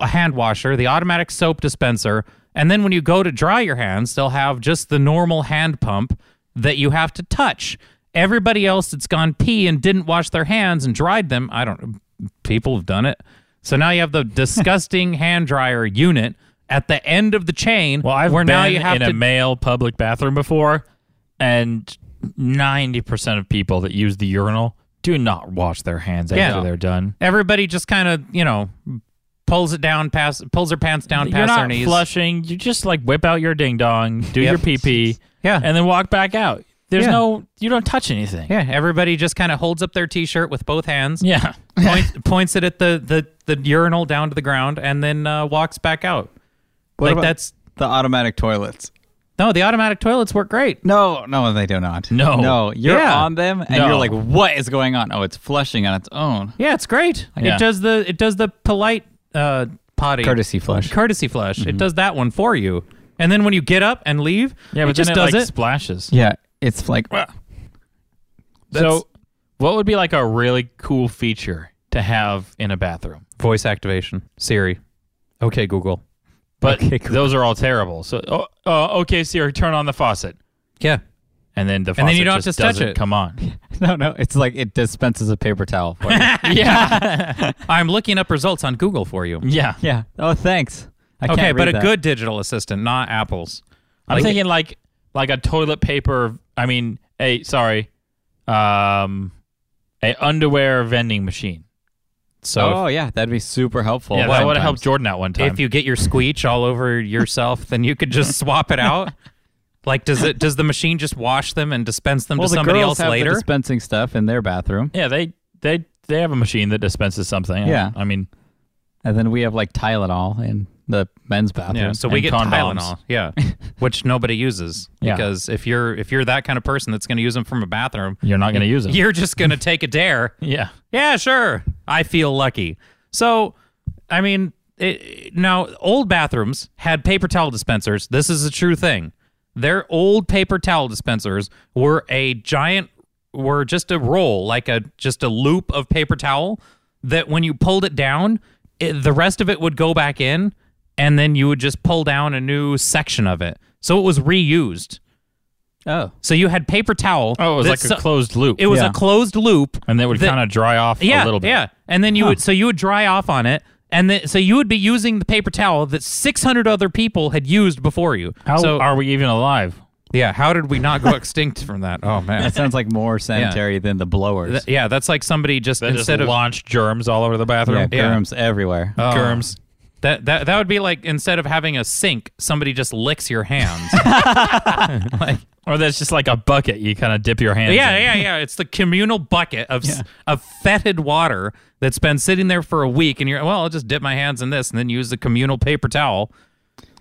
Speaker 2: hand washer, the automatic soap dispenser, and then when you go to dry your hands, they'll have just the normal hand pump that you have to touch. Everybody else that's gone pee and didn't wash their hands and dried them, I don't people have done it. So now you
Speaker 1: (laughs)
Speaker 2: have the disgusting hand dryer unit at the end of the chain
Speaker 1: Well, I've
Speaker 2: where
Speaker 1: been
Speaker 2: now you have
Speaker 1: in
Speaker 2: to
Speaker 1: a male public bathroom before, and ninety percent of people that use the urinal do not wash their hands after
Speaker 2: Yeah.
Speaker 1: they're done.
Speaker 2: everybody just kind of, you know, pulls it down past pulls their pants down
Speaker 1: You're
Speaker 2: past
Speaker 1: not
Speaker 2: their knees.
Speaker 1: flushing. You just like whip out your ding dong, do
Speaker 2: Yep.
Speaker 1: your pee pee,
Speaker 2: Yeah.
Speaker 1: and then walk back out. There's
Speaker 2: Yeah.
Speaker 1: no, you don't touch anything.
Speaker 2: yeah, everybody just kind of holds up their t-shirt with both hands.
Speaker 1: Yeah.
Speaker 2: points, (laughs) points it at the, the, the urinal down to the ground and then uh, walks back out.
Speaker 3: What
Speaker 2: like
Speaker 3: about
Speaker 2: that's
Speaker 3: the automatic toilets.
Speaker 2: no, the automatic toilets work great.
Speaker 3: No, no, they do not.
Speaker 1: No.
Speaker 3: no, you're
Speaker 2: Yeah.
Speaker 3: on them, and
Speaker 1: No.
Speaker 3: you're like, what is going on? Oh, it's flushing on its own.
Speaker 2: Yeah, it's great.
Speaker 1: Yeah.
Speaker 2: It does the it does the polite uh, potty
Speaker 3: Courtesy flush.
Speaker 2: courtesy flush.
Speaker 1: Mm-hmm.
Speaker 2: It does that one for you. And then when you get up and leave,
Speaker 1: Yeah,
Speaker 2: it
Speaker 1: but
Speaker 2: just
Speaker 1: then it
Speaker 2: does
Speaker 1: like
Speaker 2: it.
Speaker 1: splashes.
Speaker 3: yeah, it's like (laughs) "Wah."
Speaker 1: So, what would be like a really cool feature to have in a bathroom?
Speaker 2: Voice activation, Siri. Okay, Google.
Speaker 1: But
Speaker 3: Okay, cool.
Speaker 1: those are all terrible. So, oh, oh, okay, Siri, turn on the faucet.
Speaker 2: Yeah.
Speaker 1: and then the faucet
Speaker 2: And then you don't have
Speaker 1: just
Speaker 2: to touch
Speaker 1: doesn't
Speaker 2: it.
Speaker 1: come (laughs) on.
Speaker 3: no, no, it's like it dispenses a paper towel for you.
Speaker 2: (laughs) I'm looking up results on Google for you.
Speaker 1: yeah.
Speaker 3: yeah. Oh, thanks. I
Speaker 2: okay,
Speaker 3: can't
Speaker 2: but
Speaker 3: read
Speaker 2: a
Speaker 3: that.
Speaker 2: good digital assistant, not Apple's.
Speaker 1: I'm thinking like like a toilet paper. I mean, a sorry, um, a underwear vending machine. So
Speaker 3: Oh, yeah, that'd be super helpful.
Speaker 1: if- yeah, that would
Speaker 3: sometimes.
Speaker 1: have helped Jordan out one time.
Speaker 2: Oh, If you get your squeech all over yourself, (laughs) then you could just swap
Speaker 1: (laughs)
Speaker 2: it out. Like, does it does the machine just wash them and dispense them
Speaker 3: Well,
Speaker 2: to
Speaker 3: the
Speaker 2: somebody
Speaker 3: girls
Speaker 2: else
Speaker 3: have the
Speaker 2: later?
Speaker 3: dispensing stuff in their bathroom,
Speaker 1: yeah, they they they have a machine that dispenses something.
Speaker 3: Yeah.
Speaker 1: I mean,
Speaker 3: and then we have like Tylenol in the men's bathroom.
Speaker 2: yeah, so we
Speaker 1: and
Speaker 2: get
Speaker 1: condoms.
Speaker 2: Tylenol, yeah, which nobody uses
Speaker 1: Yeah.
Speaker 2: because if you're if you're that kind of person that's going to use them from a bathroom,
Speaker 1: you're not going to use it.
Speaker 2: you're just going to take a dare.
Speaker 1: Yeah.
Speaker 2: Yeah, sure. I feel lucky. So, I mean, it, now old bathrooms had paper towel dispensers. This is a true thing. Their old paper towel dispensers were a giant, were just a roll, like a just a loop of paper towel that when you pulled it down, it, the rest of it would go back in, and then you would just pull down a new section of it. So it was reused.
Speaker 3: Oh,
Speaker 2: So you had paper towel.
Speaker 1: Oh, it was
Speaker 2: that
Speaker 1: like a
Speaker 2: so-
Speaker 1: closed loop.
Speaker 2: It was
Speaker 3: Yeah.
Speaker 2: a closed loop
Speaker 1: and they would
Speaker 2: that-
Speaker 1: kind of dry off
Speaker 2: yeah,
Speaker 1: a little bit.
Speaker 2: Yeah. And then you would so you would dry off on it And then, so you would be using the paper towel that 600 other people had used before you.
Speaker 1: How
Speaker 2: so,
Speaker 1: are we even alive?
Speaker 2: yeah, how did we not go (laughs) extinct from that? Oh, man.
Speaker 3: That sounds like
Speaker 2: (laughs)
Speaker 3: more sanitary than the blowers.
Speaker 2: Th- yeah, that's like somebody just
Speaker 1: That
Speaker 2: instead
Speaker 1: just
Speaker 2: of
Speaker 1: launched germs all over the
Speaker 3: yeah,
Speaker 1: bathroom.
Speaker 3: germs everywhere.
Speaker 2: Oh.
Speaker 1: Germs.
Speaker 2: That, that that would be like instead of having a sink, somebody just licks your
Speaker 1: (laughs)
Speaker 2: hands.
Speaker 1: Or that's just like a bucket you kind of dip your hands
Speaker 2: yeah,
Speaker 1: in.
Speaker 2: yeah, yeah. It's the communal bucket of s of fetid water that's been sitting there for a week, and you're well, I'll just dip my hands in this, and then use the communal paper towel.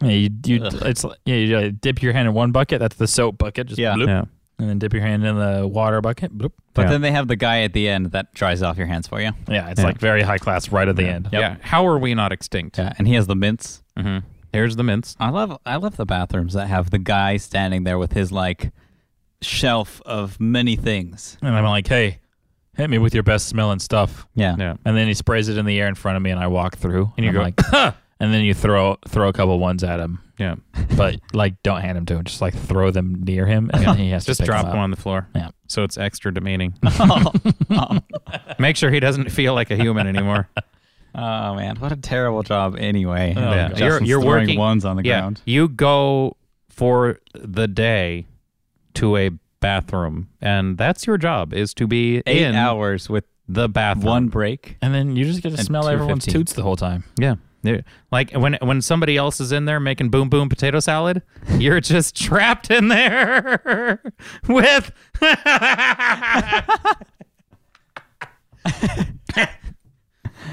Speaker 1: Yeah, you, you it's like- yeah, you uh, dip your hand in one bucket. That's the soap bucket. Just
Speaker 3: Yeah.
Speaker 1: bloop.
Speaker 2: Yeah.
Speaker 1: and then dip your hand in the water bucket. Bloop.
Speaker 3: But
Speaker 2: Yeah.
Speaker 3: then they have the guy at the end that dries off your hands for you.
Speaker 1: Yeah, it's like very high class right at the end.
Speaker 2: Yeah. How are we not extinct?
Speaker 3: Yeah, and he has the mints.
Speaker 2: Here's the mints.
Speaker 3: I love I love the bathrooms that have the guy standing there with his like shelf of many things.
Speaker 1: And I'm like, hey, hit me with your best smelling stuff.
Speaker 3: Yeah.
Speaker 2: Yeah.
Speaker 1: And then he sprays it in the air in front of me, and I walk through. And
Speaker 2: you
Speaker 1: I'm
Speaker 2: go,
Speaker 1: like, and then you throw throw a couple ones at
Speaker 2: (laughs)
Speaker 1: him,
Speaker 2: Yeah.
Speaker 1: but like don't hand him to him. Just like throw them near him, and then he
Speaker 2: (laughs)
Speaker 1: has
Speaker 2: Just
Speaker 1: to pick
Speaker 2: drop
Speaker 1: them
Speaker 2: them
Speaker 1: up.
Speaker 2: on the floor.
Speaker 1: Yeah.
Speaker 2: So it's extra
Speaker 3: (laughs)
Speaker 2: demeaning. (laughs) Make sure he doesn't feel like a human
Speaker 3: (laughs)
Speaker 2: anymore.
Speaker 3: Oh man, what a terrible job anyway.
Speaker 2: Oh, Yeah.
Speaker 3: Justin's
Speaker 2: You're, you're
Speaker 3: throwing
Speaker 2: working
Speaker 3: ones on the
Speaker 2: yeah,
Speaker 3: ground.
Speaker 2: You go for the day to a bathroom, and that's your job is to be
Speaker 3: Eight
Speaker 2: in
Speaker 3: hours with
Speaker 2: the bathroom.
Speaker 3: one break.
Speaker 1: And then you just get to
Speaker 3: And
Speaker 1: smell everyone's
Speaker 3: 215.
Speaker 1: toots the whole time.
Speaker 2: Yeah. Yeah. Like when when somebody else is in there making boom boom potato salad, you're just (laughs) trapped in there (laughs) with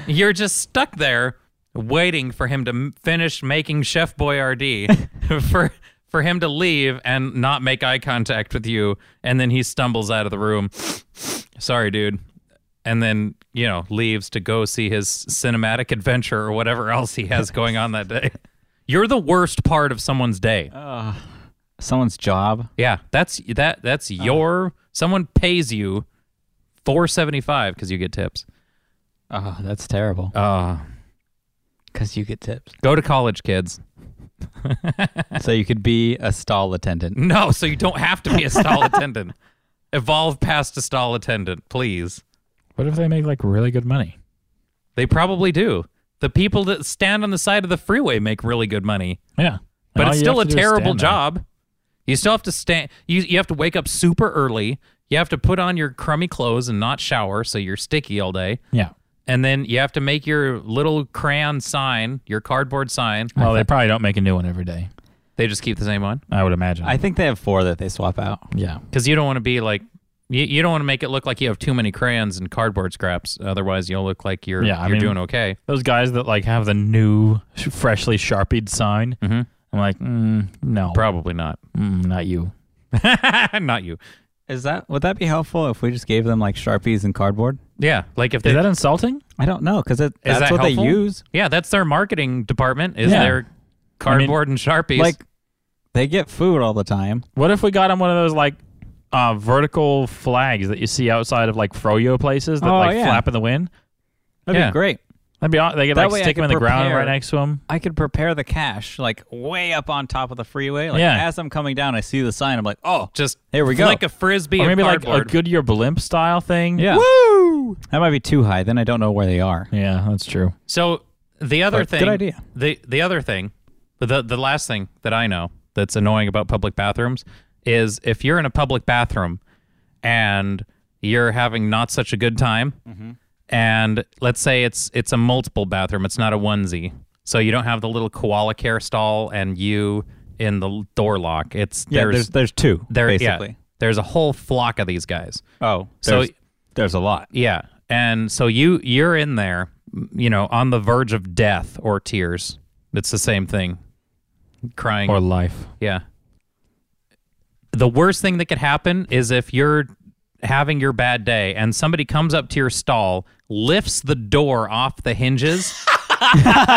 Speaker 2: You're just stuck there waiting for him to m- finish making Chef Boyardee (laughs) for for him to leave and not make eye contact with you and then he stumbles out of the room. Sorry, dude and then you know leaves to go see his cinematic adventure or whatever else he has going on that day (laughs) Oh. you're the worst part of someone's day
Speaker 3: Someone's job.
Speaker 2: yeah that's that that's your someone pays you 475 because you get tips
Speaker 3: Oh, that's terrible.
Speaker 2: uh,
Speaker 3: Because you get tips. (laughs)
Speaker 2: go to college kids
Speaker 3: so you could be a stall attendant.
Speaker 2: no so you don't have to be a (laughs) stall attendant evolve past a stall attendant please
Speaker 1: What if they make like really good money?
Speaker 2: they probably do the people that stand on the side of the freeway make really good money
Speaker 1: Yeah,
Speaker 2: but
Speaker 1: And all
Speaker 2: it's
Speaker 1: you
Speaker 2: still a
Speaker 1: have to do is
Speaker 2: terrible
Speaker 1: stand there.
Speaker 2: job. You still have to stand. You you have to wake up super early. You have to put on your crummy clothes and not shower, so you're sticky all day.
Speaker 1: Yeah.
Speaker 2: And then you have to make your little crayon sign, your cardboard sign.
Speaker 1: Well, they probably don't make a new one every day.
Speaker 2: They just keep the same one
Speaker 1: I would imagine.
Speaker 3: I think they have four that they swap out.
Speaker 1: yeah.
Speaker 2: because you don't want to be like you, you don't want to make it look like you have too many crayons and cardboard scraps. Otherwise, you'll look like you're
Speaker 1: Yeah, I
Speaker 2: you're
Speaker 1: mean-
Speaker 2: doing okay.
Speaker 1: Those guys that like have the new, sh- freshly sharpied sign.
Speaker 2: Mhm.
Speaker 1: I'm like, mm, no,
Speaker 2: Probably not.
Speaker 1: Mm-hmm.
Speaker 2: (laughs)
Speaker 1: mm, not you.
Speaker 2: not you.
Speaker 3: Is that would that be helpful if we just gave them like sharpies and cardboard?
Speaker 2: Yeah, like if they
Speaker 1: Is that insulting?
Speaker 3: I don't know because that's
Speaker 2: Is that
Speaker 3: what
Speaker 2: helpful?
Speaker 3: they use.
Speaker 2: yeah, that's their marketing department. Is
Speaker 1: Yeah.
Speaker 2: their cardboard and sharpies
Speaker 3: Like they get food all the time.
Speaker 1: What if we got him one of those like uh, vertical flags that you see outside of like froyo places that
Speaker 3: Oh,
Speaker 1: like
Speaker 3: yeah.
Speaker 1: flap in the wind?
Speaker 3: That'd
Speaker 2: Yeah.
Speaker 3: be great.
Speaker 1: That'd be aw- they could
Speaker 3: That
Speaker 1: like
Speaker 3: way I
Speaker 1: stick him in
Speaker 3: could
Speaker 1: the ground right
Speaker 3: prepare-
Speaker 1: next to him.
Speaker 3: I could prepare the cash like way up on top of the freeway. Like
Speaker 1: Yeah.
Speaker 3: as I'm coming down, I see the sign. I'm like, oh,
Speaker 2: just
Speaker 3: Here we go.
Speaker 2: like a frisbee
Speaker 1: Or
Speaker 2: of
Speaker 1: maybe like a
Speaker 2: cardboard.
Speaker 1: Goodyear blimp style thing.
Speaker 3: yeah. Woo! That might be too high. Then I don't know where they are.
Speaker 1: Yeah, that's true.
Speaker 2: so the other
Speaker 3: But
Speaker 2: thing,
Speaker 3: good idea.
Speaker 2: The the other thing, the the last thing that I know that's annoying about public bathrooms is if you're in a public bathroom and you're having not such a good time, and let's say it's it's a multiple bathroom, it's not a onesie, so you don't have the little koala care stall and you in the l- door lock. It's
Speaker 3: Yeah,
Speaker 2: there's
Speaker 3: there's there's two
Speaker 2: there yeah,
Speaker 3: basically.
Speaker 2: there's a whole flock of these guys.
Speaker 3: Oh,
Speaker 2: So-
Speaker 3: there's, there's a lot.
Speaker 2: Yeah. And so you you're in there, m- you know, on the verge of death or tears. It's the same thing. Crying.
Speaker 1: Or life.
Speaker 2: yeah. The worst thing that could happen is if you're having your bad day and somebody comes up to your stall, lifts the door off
Speaker 1: (laughs)
Speaker 2: the hinges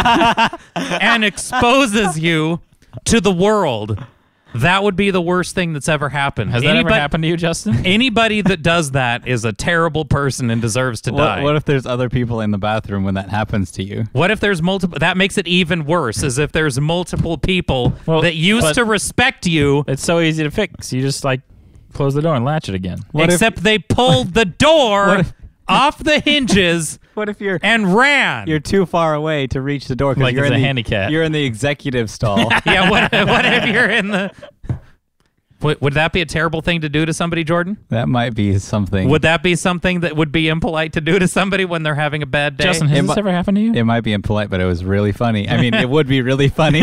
Speaker 2: and exposes you to the world. That would be the worst thing that's ever happened.
Speaker 1: Has that ever
Speaker 2: Anybody-
Speaker 1: happened to you, Justin?
Speaker 2: Anybody that does that is a terrible person and deserves to die.
Speaker 3: (laughs) What, what if there's other people in the bathroom when that happens to you?
Speaker 2: What if there's multiple? That makes it even worse. As if there's multiple people
Speaker 1: Well,
Speaker 2: that used
Speaker 1: but-
Speaker 2: to respect you,
Speaker 1: it's so easy to fix. You just like close the door and latch it again.
Speaker 3: if-
Speaker 2: except they pulled the door off the hinges
Speaker 3: (laughs) What if you're
Speaker 2: and ran.
Speaker 3: you're too far away to reach the door? 'cause
Speaker 1: Like
Speaker 3: you're
Speaker 1: it's
Speaker 3: in
Speaker 1: a
Speaker 3: the,
Speaker 1: handicap.
Speaker 3: You're in the
Speaker 1: (laughs)
Speaker 3: executive stall. (laughs)
Speaker 2: yeah, what, what if you're in the. Would, would that be a terrible thing to do to somebody, Jordan?
Speaker 3: that might be something.
Speaker 2: Would that be something that would be impolite to do to somebody when they're having a bad day?
Speaker 1: Justin, has
Speaker 3: Am
Speaker 1: this
Speaker 3: I-
Speaker 1: ever happened to you?
Speaker 3: it might be impolite, but it was really funny. I mean, it would
Speaker 1: (laughs)
Speaker 3: be really funny.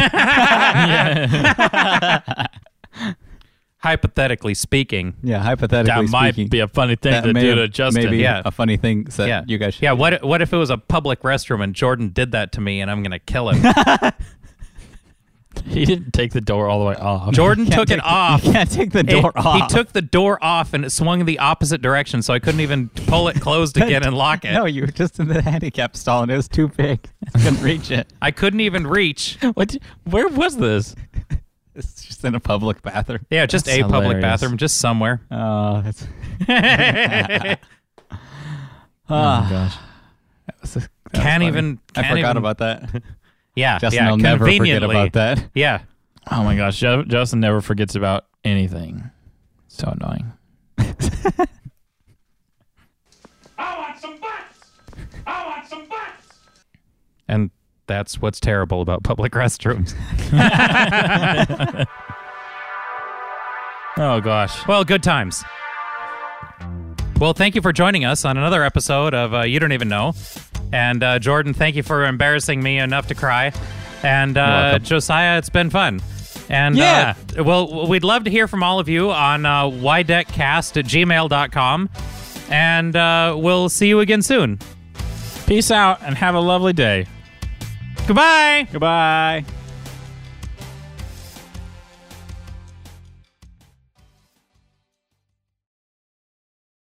Speaker 2: hypothetically speaking.
Speaker 3: yeah, hypothetically
Speaker 1: that might
Speaker 3: speaking,
Speaker 1: be a funny thing
Speaker 3: that
Speaker 1: to
Speaker 3: may
Speaker 1: do
Speaker 3: have-
Speaker 1: to Justin.
Speaker 3: Maybe
Speaker 2: Yeah.
Speaker 3: a funny thing that
Speaker 2: Yeah,
Speaker 3: (laughs) you guys. Should
Speaker 2: Yeah, what what if it was a public restroom and Jordan did that to me and I'm gonna kill
Speaker 3: (laughs)
Speaker 2: him?
Speaker 1: (laughs) He didn't take the door all the way (laughs) off.
Speaker 2: Jordan
Speaker 3: Can't
Speaker 2: took it
Speaker 3: take the-
Speaker 2: off.
Speaker 3: You can't take the
Speaker 2: It-
Speaker 3: (laughs) door off.
Speaker 2: He took the door off and it swung the opposite direction, so I couldn't even pull it
Speaker 3: (laughs)
Speaker 2: closed again and lock it.
Speaker 3: No, you were just in the handicap stall, and it was too big. (laughs) I couldn't reach it.
Speaker 2: I couldn't even reach.
Speaker 1: What? d- Where was this?
Speaker 3: It's just in a public bathroom.
Speaker 2: Yeah, just
Speaker 1: That's
Speaker 2: a public
Speaker 1: hilarious.
Speaker 2: bathroom, just somewhere.
Speaker 3: (laughs) Oh, that's.
Speaker 1: Oh gosh.
Speaker 2: Can't even.
Speaker 3: I
Speaker 2: can't
Speaker 3: forgot
Speaker 2: even-
Speaker 3: about that.
Speaker 2: (laughs) Yeah,
Speaker 3: Justin,
Speaker 2: yeah.
Speaker 3: I'll never forget
Speaker 2: conveniently.
Speaker 3: about that.
Speaker 2: Yeah,
Speaker 1: Oh my gosh. Ju- Justin never forgets about anything. So annoying.
Speaker 4: I want some butts! I want some butts!
Speaker 2: and that's what's terrible about public (laughs) restrooms.
Speaker 1: Oh gosh.
Speaker 2: Well, good times. Well, thank you for joining us on another episode of uh, You Don't Even Know. And uh, Jordan, thank you for embarrassing me enough to cry. And uh,
Speaker 3: welcome.
Speaker 2: Josiah, it's been fun. And
Speaker 3: Yeah.
Speaker 2: uh, well, we'd love to hear from all of you on uh, ydeckcast at gmail.com. And uh, we'll see you again soon.
Speaker 1: Peace out and have a lovely day.
Speaker 2: Goodbye.
Speaker 3: Goodbye.